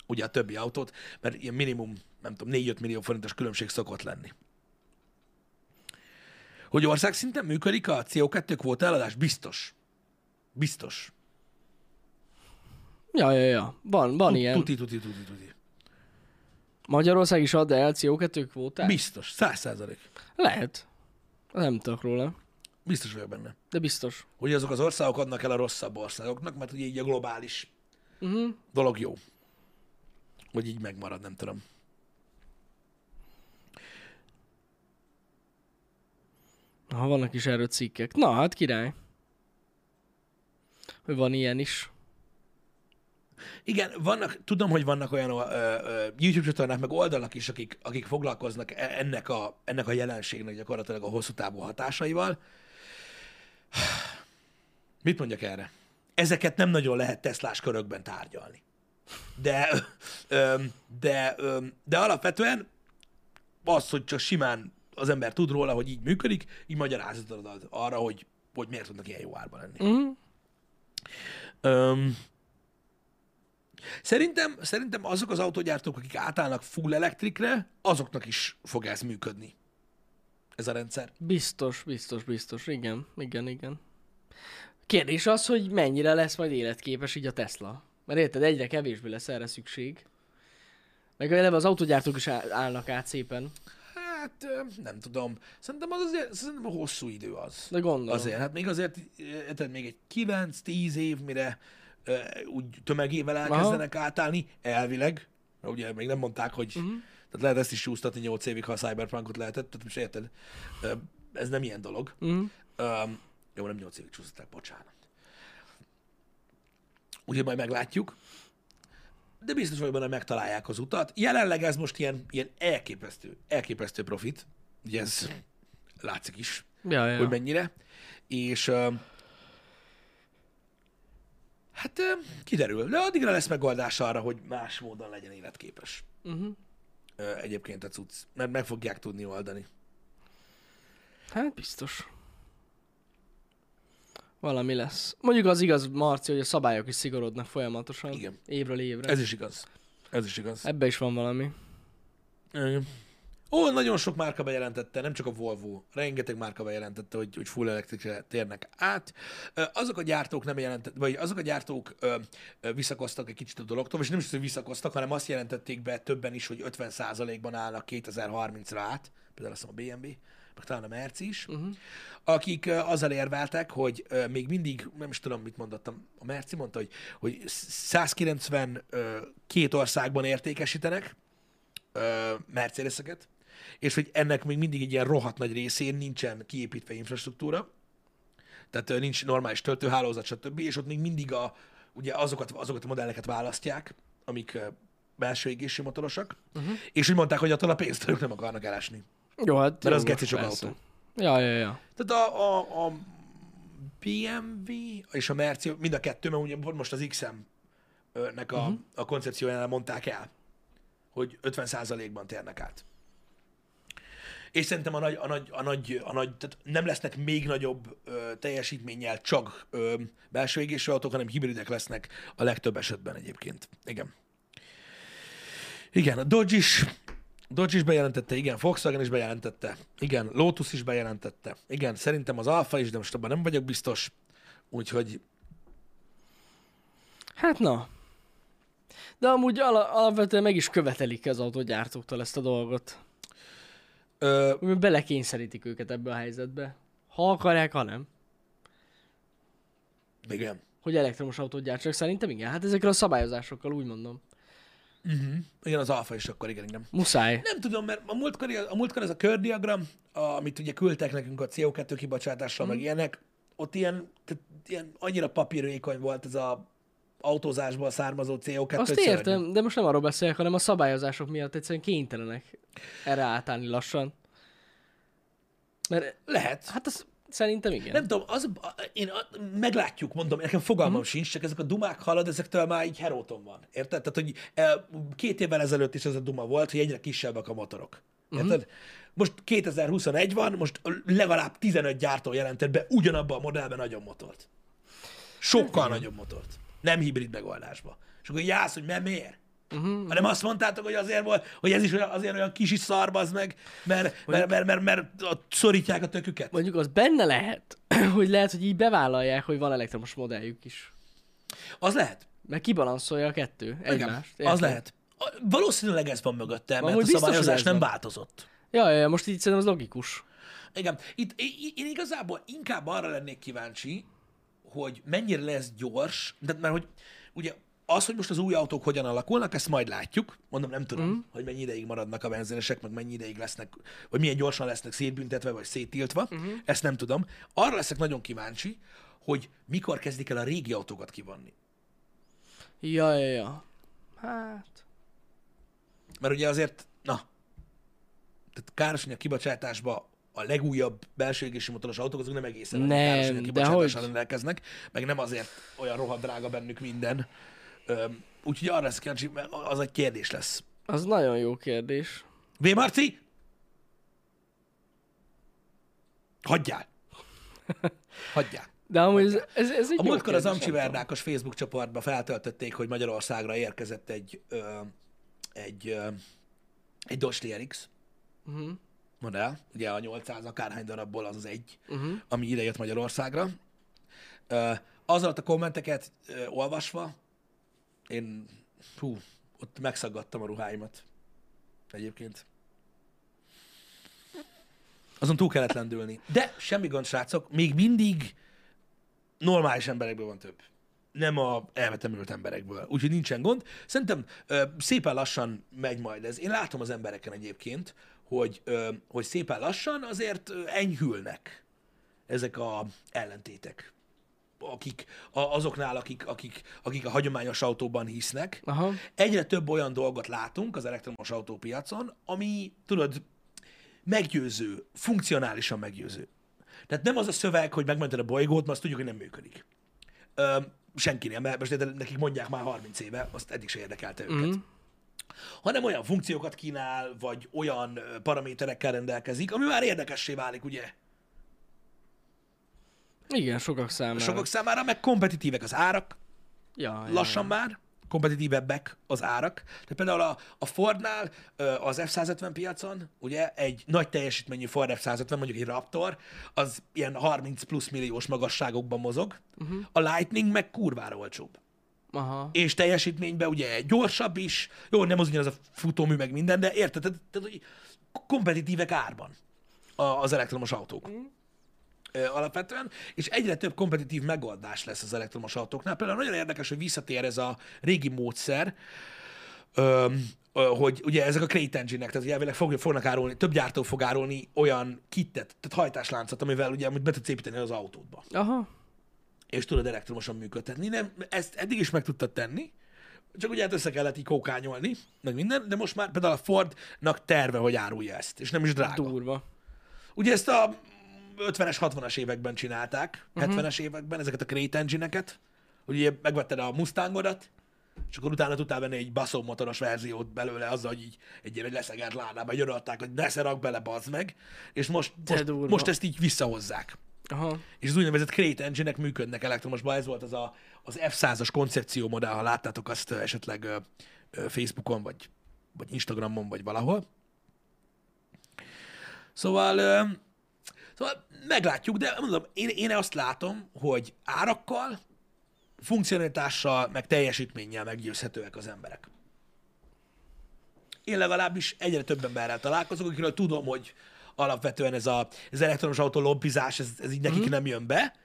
Speaker 1: ugye a többi autót, mert ilyen minimum, nem tudom, 4-5 millió forintos különbség szokott lenni. Hogy országszinten működik a CO2 kvóta eladás? Biztos. Biztos.
Speaker 2: Ja, ja, ja. Van, van ilyen.
Speaker 1: Tuti, tuti, tuti, tuti.
Speaker 2: Magyarország is ad el CO2 kvótát?
Speaker 1: Biztos. Száz százalék.
Speaker 2: Lehet. Nem tudok róla,
Speaker 1: Biztos vagyok benne.
Speaker 2: de biztos.
Speaker 1: Hogy azok az országok adnak el a rosszabb országoknak, mert ugye így a globális
Speaker 2: Uh-huh.
Speaker 1: dolog jó. Hogy így megmarad, nem tudom.
Speaker 2: Na, vannak is erről cikkek. Na, hát király. Hogy van ilyen is.
Speaker 1: Igen, vannak, tudom, hogy vannak olyan ö, ö, YouTube csatornák, meg oldalak is, akik, akik foglalkoznak e- ennek a, ennek a jelenségnek gyakorlatilag a hosszú távú hatásaival. Mit mondjak erre? Ezeket nem nagyon lehet teszlás körökben tárgyalni. De, ö, de, ö, de alapvetően az, hogy csak simán az ember tud róla, hogy így működik, így magyarázatod ad arra, hogy, hogy miért tudnak ilyen jó árban lenni.
Speaker 2: Uh-huh.
Speaker 1: Öm, szerintem, szerintem azok az autogyártók, akik átállnak full elektrikre, azoknak is fog ez működni. Ez a rendszer.
Speaker 2: Biztos, biztos, biztos. Igen, igen, igen. Kérdés az, hogy mennyire lesz majd életképes így a Tesla. Mert érted, egyre kevésbé lesz erre szükség. Meg eleve az autogyártók is á- állnak át szépen.
Speaker 1: Hát öm, nem tudom. Szerintem az azért, szerintem a hosszú idő az.
Speaker 2: De gondolom.
Speaker 1: Azért, hát még azért, tehát még egy 9-10 év, mire ö, úgy tömegével elkezdenek Aha. átállni, elvileg. Mert ugye még nem mondták, hogy uh-huh. tehát lehet ezt is csúsztatni 8 évig, ha a Cyberpunkot lehetett, tehát most érted, Ö, ez nem ilyen dolog.
Speaker 2: Uh-huh.
Speaker 1: Um, jó, nem 8 évig csúszották, bocsánat. Ugye majd meglátjuk. De biztos vagyok benne, hogy megtalálják az utat. Jelenleg ez most ilyen, ilyen elképesztő, elképesztő profit. Ugye ez látszik is,
Speaker 2: Ja, ja.
Speaker 1: hogy mennyire. És um, hát um, kiderül. De addigra lesz megoldás arra, hogy más módon legyen életképes.
Speaker 2: uh-huh.
Speaker 1: Ö, Egyébként a cucc. Mert meg fogják tudni oldani.
Speaker 2: Hát biztos. Valami lesz. Mondjuk az igaz, Marci, hogy a szabályok is szigorodnak folyamatosan.
Speaker 1: Igen.
Speaker 2: Évről évre.
Speaker 1: Ez is igaz. Ez is igaz.
Speaker 2: Ebbe is van valami.
Speaker 1: Igen. Ó, nagyon sok márka bejelentette, nem csak a Volvo, rengeteg márka bejelentette, hogy, hogy full elektrikre térnek át. Ö, Azok a gyártók nem jelentett, vagy azok a gyártók ö, ö, visszakoztak egy kicsit a dologtól, és nem is, az, hogy visszakoztak, hanem azt jelentették be többen is, hogy 50%-ban állnak 2030-ra át, például azt hiszem a BMW, meg talán a Merci is, uh-huh. akik ö, azzal érveltek, hogy ö, még mindig, nem is tudom, mit mondottam, a Merci mondta, hogy, hogy 192 országban értékesítenek, ö, Mercedeseket, és hogy ennek még mindig egy ilyen rohadt nagy részén nincsen kiépítve infrastruktúra, tehát ö, nincs normális töltőhálózat, stb., és ott még mindig a, ugye azokat, azokat a modelleket választják, amik ö, belső égésű motorosak, uh-huh. és úgy mondták, hogy attól a pénzt ők nem akarnak elesni.
Speaker 2: Jó, hát...
Speaker 1: Mert az
Speaker 2: jogos,
Speaker 1: geci sok
Speaker 2: persze.
Speaker 1: autó.
Speaker 2: Ja, ja, ja.
Speaker 1: Tehát a, a, a BMW és a Merci, mind a kettő, mert ugye most az XM-nek a, uh-huh. a koncepciójánál mondták el, hogy 50%-ban térnek át. És szerintem a nagy, a nagy, a nagy, a nagy tehát nem lesznek még nagyobb ö, teljesítménnyel csak ö, belső égésű autók, hanem hibridek lesznek a legtöbb esetben egyébként. Igen. Igen, a Dodge is, Dodge is bejelentette, igen, Volkswagen is bejelentette, igen, Lotus is bejelentette, igen, szerintem az Alfa is, de most abban nem vagyok biztos, úgyhogy
Speaker 2: Hát na. De amúgy ala- alapvetően meg is követelik az autógyártóktól ezt a dolgot.
Speaker 1: ö,
Speaker 2: Úgymond Belekényszerítik őket ebbe a helyzetbe. Ha akarják, ha nem.
Speaker 1: igen.
Speaker 2: Hogy elektromos autót gyártsanak, szerintem igen. Hát ezekkel a szabályozásokkal úgy mondom.
Speaker 1: Igen, az Alfa is akkor, igen, igen.
Speaker 2: Muszáj.
Speaker 1: Nem tudom, mert a múltkor, a múltkor ez a kördiagram, a, amit ugye küldtek nekünk a CO2 kibocsátással,
Speaker 2: Mhm.
Speaker 1: mm. meg ilyenek, ott ilyen, tehát ilyen annyira papírvékony volt ez a autózásból származó CO2.
Speaker 2: Azt
Speaker 1: Hát szörnyű.
Speaker 2: értem, de most nem arról beszélek, hanem a szabályozások miatt egyszerűen kénytelenek erre átállni lassan. Mert
Speaker 1: Lehet.
Speaker 2: hát az Szerintem igen.
Speaker 1: Nem tudom, az, a- én a- meglátjuk, mondom, nekem fogalmam sincs, csak ezek a dumák halad, ezektől már így heróton van. Érted? Tehát, hogy e, két évvel ezelőtt is ez a duma volt, hogy egyre kisebbek a motorok. Érted? Most 2021 van, most legalább 15 gyártó jelentett be ugyanabban a modellben nagyobb motort. Sokkal nagyobb motort. Nem hibrid megoldásba. És akkor jász, hogy mert miért? Uh-huh. Hanem azt mondtátok, hogy azért volt, hogy ez is olyan, azért olyan kis is szarbaz meg, mert, mert, mert, mert, mert a- szorítják a töküket.
Speaker 2: Mondjuk az benne lehet, hogy lehet, hogy így bevállalják, hogy van elektromos modelljük is.
Speaker 1: Az lehet.
Speaker 2: Mert kibalanszolja a kettő egymást.
Speaker 1: Igen, az
Speaker 2: érted?
Speaker 1: lehet. A- Valószínűleg ez van mögötte, mert
Speaker 2: Amúgy
Speaker 1: a
Speaker 2: biztos, hogy
Speaker 1: szabályozás
Speaker 2: ez
Speaker 1: nem
Speaker 2: van.
Speaker 1: változott.
Speaker 2: Ja, ja, ja, most így szerintem az logikus.
Speaker 1: Igen, itt i- i- én igazából inkább arra lennék kíváncsi, hogy mennyire lesz gyors, de mert hogy ugye az, hogy most az új autók hogyan alakulnak, ezt majd látjuk. Mondom, nem tudom, mm. hogy mennyi ideig maradnak a benzinesek, meg mennyi ideig lesznek, vagy milyen gyorsan lesznek szétbüntetve, vagy széttiltva. Mm-hmm. Ezt nem tudom. Arra leszek nagyon kíváncsi, hogy mikor kezdik el a régi autókat kivonni.
Speaker 2: Ja, ja, ja. Hát...
Speaker 1: Mert ugye azért, na, tehát károsanyag kibocsátásba a legújabb belső égési motoros autók azok nem egészen olyan
Speaker 2: Nem,
Speaker 1: károsanyag
Speaker 2: de
Speaker 1: kibocsátással
Speaker 2: hogy?
Speaker 1: rendelkeznek, meg nem azért olyan rohadt drága bennük minden. Öm, úgyhogy arra lesz kíváncsi, mert az egy kérdés lesz.
Speaker 2: Az nagyon jó kérdés.
Speaker 1: V. Marci? Hagyjál! Hagyjál!
Speaker 2: De amúgy ez, ez, ez egy
Speaker 1: A
Speaker 2: jó
Speaker 1: múltkor az
Speaker 2: kérdés,
Speaker 1: Amcsi
Speaker 2: nem tudom.
Speaker 1: Vernákos Facebook csoportba feltöltötték, hogy Magyarországra érkezett egy ö, egy ö, egy Dodge TRX
Speaker 2: Mhm.
Speaker 1: modell, ugye a 800 akárhány darabból az az egy,
Speaker 2: Mhm.
Speaker 1: uh-huh. ami ide jött Magyarországra. Ö, az alatt a kommenteket ö, olvasva, én hú, ott megszaggattam a ruháimat egyébként. Azon túl kellett lendülni. De semmi gond, srácok, még mindig normális emberekből van több. Nem a elvetemült emberekből. Úgyhogy nincsen gond. Szerintem ö, szépen lassan megy majd ez. Én látom az embereken egyébként, hogy, ö, hogy szépen lassan azért ö, enyhülnek ezek a ellentétek. Akik, a, azoknál, akik, akik, akik a hagyományos autóban hisznek.
Speaker 2: Aha.
Speaker 1: Egyre több olyan dolgot látunk az elektromos autópiacon, ami, tudod, meggyőző, funkcionálisan meggyőző. Tehát nem az a szöveg, hogy megmented a bolygót, mert azt tudjuk, hogy nem működik. Ö, senkinél, mert most érted, nekik mondják már 30 éve, azt eddig se érdekelte őket. Mm. Hanem olyan funkciókat kínál, vagy olyan ö, paraméterekkel rendelkezik, ami már érdekessé válik, ugye?
Speaker 2: Igen, sokak számára.
Speaker 1: Sokak számára, meg kompetitívek az árak,
Speaker 2: Ja, ja,
Speaker 1: lassan már, kompetitívebbek az árak. Tehát például a, a Fordnál ö, az F-150 piacon, ugye egy nagy teljesítményű Ford F-150, mondjuk egy Raptor, az ilyen 30 plusz milliós magasságokban mozog, uh-huh. a Lightning meg kurvára olcsóbb.
Speaker 2: ja. Aha.
Speaker 1: És teljesítményben ugye gyorsabb is, jó, nem az ugyanaz a futómű meg minden, de érted, tehát, tehát hogy kompetitívek árban a- az elektromos autók. Ö, alapvetően, és egyre több kompetitív megoldás lesz az elektromos autóknál. Például nagyon érdekes, hogy visszatér ez a régi módszer, öm, ö, hogy ugye ezek a Crate Engine-ek, tehát ugye elvileg fogja, fognak árulni, több gyártó fog árulni olyan kittet, tehát hajtásláncot, amivel ugye amit be tudsz építeni az autódba
Speaker 2: Aha.
Speaker 1: és tudod elektromosan működtetni. Nem, ezt eddig is meg tudtad tenni, csak ugye hát össze kellett így kókányolni, meg minden, de most már például a Fordnak terve, hogy árulja ezt, és nem is drága.
Speaker 2: Durva.
Speaker 1: Ugye ezt a 50-es, 60-as években csinálták,
Speaker 2: Mhm.
Speaker 1: uh-huh. 70-es években ezeket a Crate Engine-eket, hogy ugye megvetted a Mustangodat, és akkor utána tudtál venni egy baszómotoros verziót belőle, azzal, hogy így egy ilyen egy leszegert ládába így odaadták, hogy ne szerak bele, bazd meg, és most, most,
Speaker 2: durva.
Speaker 1: most ezt így visszahozzák
Speaker 2: Aha.
Speaker 1: és az úgynevezett Crate engine működnek elektromosban. Ez volt az a, az F100-as koncepció modell, ha láttátok azt ö, esetleg ö, ö, Facebookon, vagy, vagy Instagramon, vagy valahol. Szóval, ö, szóval meglátjuk, de mondom, én, én azt látom, hogy árakkal, funkcionalitással, meg teljesítménnyel meggyőzhetőek az emberek. Én legalábbis egyre több emberrel találkozok, akikről tudom, hogy alapvetően ez a, az elektromos autó lobbizás, ez, ez így nekik
Speaker 2: Mhm.
Speaker 1: nem jön be.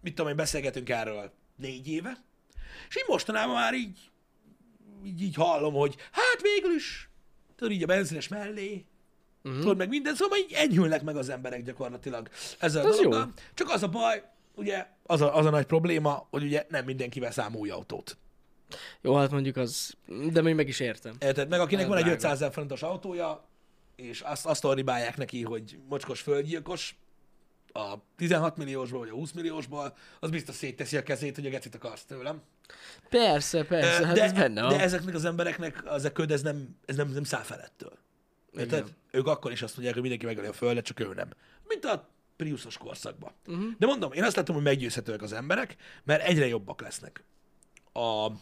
Speaker 1: Mit tudom én, beszélgetünk erről négy éve, és így mostanában már így, így, így hallom, hogy hát végül is, tudod, így a benzines mellé,
Speaker 2: Mhm.
Speaker 1: uh-huh. tudod, meg minden, szóval így enyhülnek meg az emberek gyakorlatilag ezzel a
Speaker 2: Ez jó.
Speaker 1: dologgal. Csak az a baj, ugye, az a, az a nagy probléma, hogy ugye nem mindenki vesz ám új autót.
Speaker 2: Jó, hát mondjuk az... De még meg is értem.
Speaker 1: Érted? Meg akinek
Speaker 2: Nagyon
Speaker 1: van egy
Speaker 2: drága.
Speaker 1: 500 ezer forintos autója, és azt, azt orribálják neki, hogy mocskos földgyilkos, a 16 milliósból, vagy a 20 milliósból, az biztos szétteszi a kezét, hogy a gecit akarsz tőlem.
Speaker 2: Persze, persze, hát
Speaker 1: de,
Speaker 2: ez benne van.
Speaker 1: de ezeknek az embereknek az a köd, ez nem, ez nem, nem száll felettől. Érted? Ők akkor is azt mondják, hogy mindenki megöli a földet, csak ő nem. Mint a Priusos korszakban.
Speaker 2: Mhm.
Speaker 1: Uh-huh. De mondom, én azt látom, hogy meggyőzhetőek az emberek, mert egyre jobbak lesznek a, a,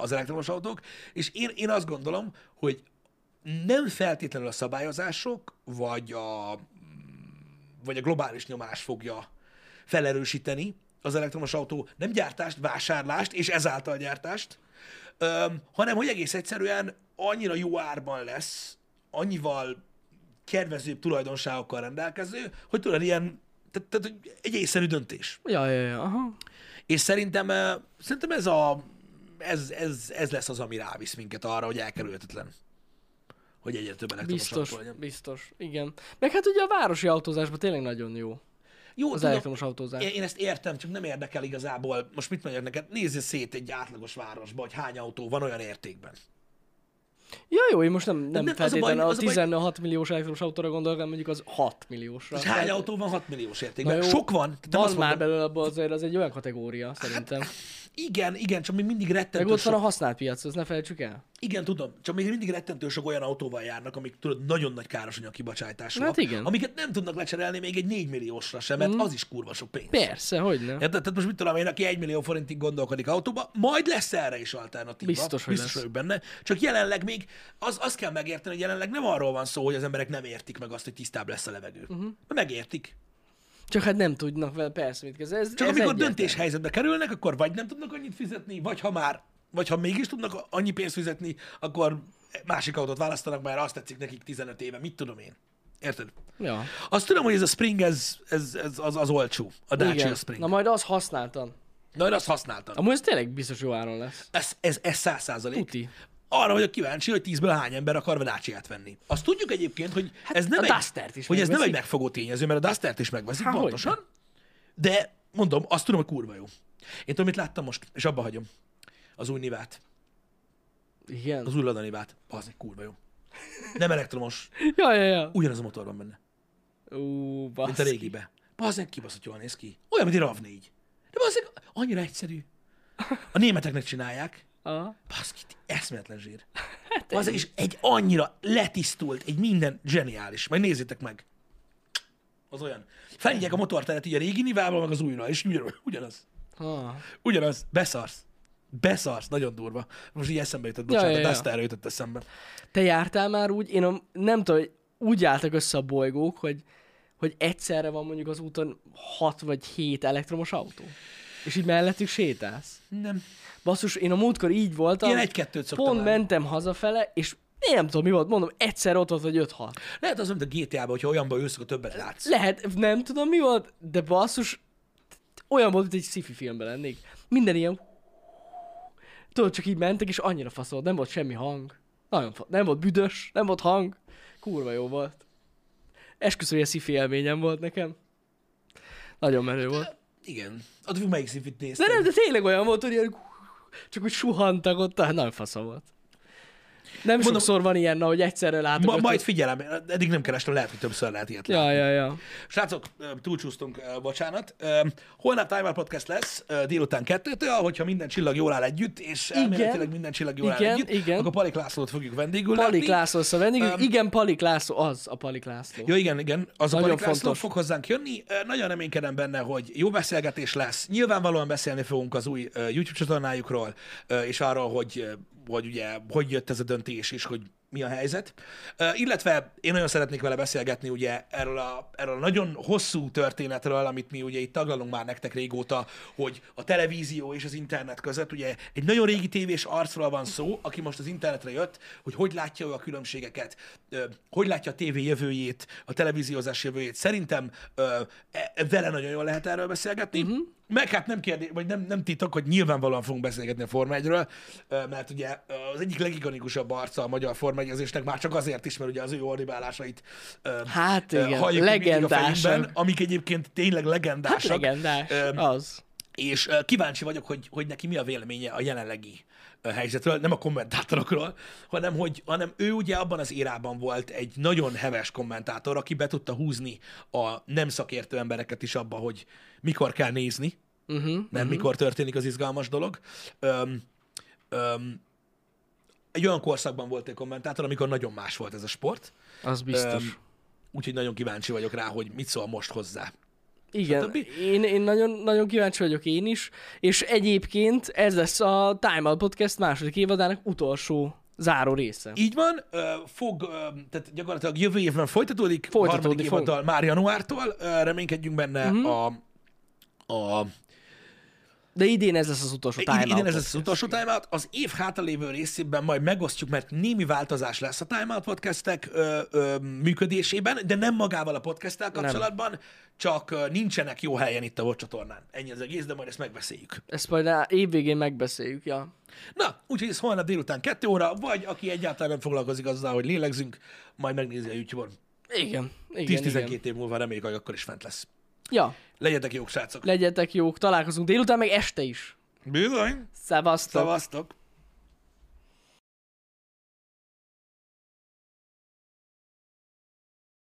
Speaker 1: az elektromos autók, és én, én azt gondolom, hogy nem feltétlenül a szabályozások, vagy a, vagy a globális nyomás fogja felerősíteni az elektromos autó nem gyártást, vásárlást és ezáltal gyártást, öm, hanem hogy egész egyszerűen annyira jó árban lesz, annyival kedvezőbb tulajdonságokkal rendelkező, hogy tudod, ilyen tehát, tehát hogy egy észszerű döntés.
Speaker 2: Ja, ja, ja, aha.
Speaker 1: És szerintem, ö, szerintem ez, a, ez, ez, ez lesz az, ami rávisz minket arra, hogy elkerülhetetlen, hogy egyre több elektromos
Speaker 2: Biztos,
Speaker 1: autó legyen.
Speaker 2: biztos, igen. Meg hát ugye a városi autózásban tényleg nagyon jó
Speaker 1: Jó,
Speaker 2: az
Speaker 1: tudom,
Speaker 2: elektromos autózás.
Speaker 1: Én, én ezt értem, csak nem érdekel igazából. Most mit mondjak neked? Nézz szét egy átlagos városba, hogy hány autó van olyan értékben.
Speaker 2: Ja, jó, én most nem, nem,
Speaker 1: az a
Speaker 2: nem
Speaker 1: baj,
Speaker 2: feltétlenül a,
Speaker 1: az a baj-
Speaker 2: 16 milliós elektromos autóra gondolok, hanem mondjuk az 6 milliósra.
Speaker 1: És hány
Speaker 2: Tehát
Speaker 1: autó van 6 milliós értékben?
Speaker 2: Na jó,
Speaker 1: Sok van. Tehát nem
Speaker 2: Van
Speaker 1: azt Hát,
Speaker 2: már
Speaker 1: mondom,
Speaker 2: belőle abban azért az egy olyan kategória, szerintem.
Speaker 1: Igen, igen, csak még mindig
Speaker 2: Meg
Speaker 1: rettentő
Speaker 2: ott van a
Speaker 1: sok.
Speaker 2: használt piac, ezt ne felejtsük el.
Speaker 1: Igen, tudom, csak még mindig rettentő sok olyan autóval járnak, amik tudod, nagyon nagy károsanyag kibocsátásúak.
Speaker 2: Hát igen. Mm.
Speaker 1: Amiket nem tudnak lecserélni még egy 4 milliósra sem, mert az is kurva sok pénz.
Speaker 2: Persze, hogy nem.
Speaker 1: Érted? Tehát most mit tudom én, aki 1 millió forintig gondolkodik autóba, majd lesz erre is alternatíva.
Speaker 2: Biztos, hogy
Speaker 1: Biztos
Speaker 2: lesz.
Speaker 1: vagyok benne. Csak jelenleg még az, azt kell megérteni, hogy jelenleg nem arról van szó, hogy az emberek nem értik meg azt, hogy tisztább lesz a levegő.
Speaker 2: Mhm.
Speaker 1: Uh-huh. Megértik.
Speaker 2: Csak hát nem tudnak vele persze mit kezdeni. Ez,
Speaker 1: Csak
Speaker 2: ez
Speaker 1: amikor
Speaker 2: egyértelmű.
Speaker 1: döntéshelyzetbe kerülnek, akkor vagy nem tudnak annyit fizetni, vagy ha már, vagy ha mégis tudnak annyi pénzt fizetni, akkor másik autót választanak, mert azt tetszik nekik 15 éve, mit tudom én. Érted?
Speaker 2: Ja.
Speaker 1: Azt tudom, hogy ez a Spring, ez, ez, ez az, az olcsó. A Dacia
Speaker 2: Igen.
Speaker 1: Spring.
Speaker 2: Na majd az használtan.
Speaker 1: Na, én azt használtam.
Speaker 2: Amúgy ez tényleg biztos jó áron lesz.
Speaker 1: Ez, ez, ez száz százalék.
Speaker 2: Tuti.
Speaker 1: Arra vagyok kíváncsi, hogy tízből hány ember akar velácsiát venni. Azt tudjuk egyébként, hogy ez nem,
Speaker 2: Hát a
Speaker 1: egy,
Speaker 2: Dustert is
Speaker 1: hogy ez nem
Speaker 2: megveszik.
Speaker 1: egy megfogó tényező, mert a Dustert is megveszik,
Speaker 2: Há,
Speaker 1: Há,
Speaker 2: hogy
Speaker 1: pontosan. De mondom, azt tudom, hogy kurva jó. Én tudom, mit láttam most, és abba hagyom. Az új nivát.
Speaker 2: Igen.
Speaker 1: Az új Lada nivát. Az egy kurva jó. Nem elektromos.
Speaker 2: Ja, ja, ja.
Speaker 1: Ugyanaz a motor van benne,
Speaker 2: Ú,
Speaker 1: mint a
Speaker 2: basz.
Speaker 1: régibe. Bazdmeg kibaszott jól néz ki. Olyan, mint egy RAV4. De bazdmeg annyira egyszerű. A németeknek csinálják.
Speaker 2: Aha.
Speaker 1: Baszki, ti eszméletlen zsír. Hát az és egy annyira letisztult, egy minden zseniális. Majd nézzétek meg. Az olyan. Felhívják a motorteret így a régi nivával, meg az újra, és ugyanaz. ugyanaz.
Speaker 2: Ah.
Speaker 1: Ugyanaz. Beszarsz. Beszarsz. Nagyon durva. Most így eszembe jutott, bocsánat, ja,
Speaker 2: ja,
Speaker 1: ja,
Speaker 2: ja.
Speaker 1: ja. ezt erre jutott eszembe.
Speaker 2: Te jártál már úgy, én a, nem tudom, hogy úgy álltak össze a bolygók, hogy, hogy egyszerre van mondjuk az úton 6 vagy 7 elektromos autó. És így mellettük sétálsz.
Speaker 1: Nem.
Speaker 2: Basszus, én a múltkor így voltam.
Speaker 1: Ilyen egy-kettőt szoktam
Speaker 2: Pont
Speaker 1: állni.
Speaker 2: mentem hazafele, és én nem tudom mi volt, mondom, egyszer ott volt, vagy 5-6.
Speaker 1: Lehet az, mint a GTA-ban, hogyha olyanban ülsz, akkor többet látsz.
Speaker 2: Lehet, nem tudom mi volt, de basszus, olyan volt, mint egy sci-fi filmben lennék. Minden ilyen... Tudod, csak így mentek, és annyira fasz volt, nem volt semmi hang. Nagyon fa... nem volt büdös, nem volt hang. Kurva jó volt. Esküszöm, hogy a sci-fi élményem volt nekem. Nagyon menő volt.
Speaker 1: Igen. Attól függ, melyik szívit nézted.
Speaker 2: De nem, de tényleg olyan volt, hogy ilyen... Csak úgy suhantak ott, ah, nagyon fasz volt. Nem Mondom, sokszor van ilyen, na, hogy egyszerre látok.
Speaker 1: Ma,
Speaker 2: ötöt.
Speaker 1: majd figyelem, eddig nem kerestem, lehet, hogy többször lehet ilyet látni.
Speaker 2: Ja, ja, ja.
Speaker 1: Srácok, ö, túlcsúsztunk, ö, bocsánat. Ö, Holnap Timer Podcast lesz ö, délután kettőtől, hogyha minden csillag jól áll együtt, és
Speaker 2: Igen.
Speaker 1: elméletileg minden csillag jól áll
Speaker 2: Igen,
Speaker 1: együtt,
Speaker 2: igen.
Speaker 1: akkor Palik Lászlót fogjuk vendégül
Speaker 2: Palik
Speaker 1: látni.
Speaker 2: László lesz a vendégünk.
Speaker 1: Öm,
Speaker 2: Igen, Palik László, az a Palik László.
Speaker 1: Ja, igen, igen, az
Speaker 2: Nagyon
Speaker 1: a Palik László
Speaker 2: fontos.
Speaker 1: fog hozzánk jönni. Ö, Nagyon reménykedem benne, hogy jó beszélgetés lesz. Nyilvánvalóan beszélni fogunk az új ö, YouTube csatornájukról, ö, és arról, hogy, ö, hogy ugye, hogy jött ez a döntés, és hogy mi a helyzet. Ö, Illetve én nagyon szeretnék vele beszélgetni ugye erről a, erről a nagyon hosszú történetről, amit mi ugye itt taglalunk már nektek régóta, hogy a televízió és az internet között ugye egy nagyon régi tévés arcról van szó, aki most az internetre jött, hogy hogy látja ő a különbségeket, ö, hogy látja a tévé jövőjét, a televíziózás jövőjét. Szerintem ö, e- e- vele nagyon jól lehet erről beszélgetni.
Speaker 2: Mhm.
Speaker 1: Uh-huh. Meg hát nem kérdés, vagy nem, nem titok, hogy nyilvánvalóan fogunk beszélgetni a Forma 1-ről, ö, mert ugye ö, az egyik legikonikusabb arca a magyar Forma 1 már csak azért is, mert ugye az ő ordibálásait ö,
Speaker 2: Hát
Speaker 1: Ö,
Speaker 2: igen,
Speaker 1: halljuk még mindig a
Speaker 2: legendásak.
Speaker 1: fejünkben, amik egyébként tényleg legendásak.
Speaker 2: Hát Legendás,
Speaker 1: Öm,
Speaker 2: az.
Speaker 1: és ö, kíváncsi vagyok, hogy, hogy neki mi a véleménye a jelenlegi ö, helyzetről, nem a kommentátorokról, hanem hogy hanem ő ugye abban az érában volt egy nagyon heves kommentátor, aki be tudta húzni a nem szakértő embereket is abba, hogy mikor kell nézni, uh-huh, nem uh-huh. mikor történik az izgalmas dolog. Öm, öm, egy olyan korszakban volt egy kommentátor, amikor nagyon más volt ez a sport,
Speaker 2: Az biztos.
Speaker 1: Öm, úgyhogy nagyon kíváncsi vagyok rá, hogy mit szól most hozzá.
Speaker 2: Igen,
Speaker 1: stb.
Speaker 2: én, én nagyon, nagyon kíváncsi vagyok én is, és egyébként ez lesz a Time Out Podcast második évadának utolsó záró része.
Speaker 1: Így van, ö, fog, ö, tehát gyakorlatilag jövő évben folytatódik,
Speaker 2: Folytatódni
Speaker 1: harmadik
Speaker 2: fog. Mhm.
Speaker 1: évaddal már januártól, ö, reménykedjünk benne uh-huh. a, a
Speaker 2: De idén ez lesz az utolsó Time
Speaker 1: Ide,
Speaker 2: Out
Speaker 1: ide ez lesz
Speaker 2: Podcast.
Speaker 1: az utolsó Time Out. Az év hátralévő részében majd megosztjuk, mert némi változás lesz a Time Out podcastek ö, ö, működésében, de nem magával a podcasttel kapcsolatban, nem. csak ö, nincsenek jó helyen itt a VOD csatornán. Ennyi az egész, de majd ezt megbeszéljük.
Speaker 2: Ezt majd á- évvégén megbeszéljük, ja.
Speaker 1: Na, úgyhogy ez holnap délután kettő óra, vagy aki egyáltalán nem foglalkozik azzal, hogy lélegzünk, majd megnézi a YouTube-on.
Speaker 2: Igen, igen, igen.
Speaker 1: 10-12 év múlva reméljük, hogy akkor is fent lesz.
Speaker 2: Ja,
Speaker 1: Legyetek jók, srácok!
Speaker 2: legyetek jók, találkozunk délután, meg este is.
Speaker 1: Bizony!
Speaker 2: Szevasztok!
Speaker 1: Szevasztok!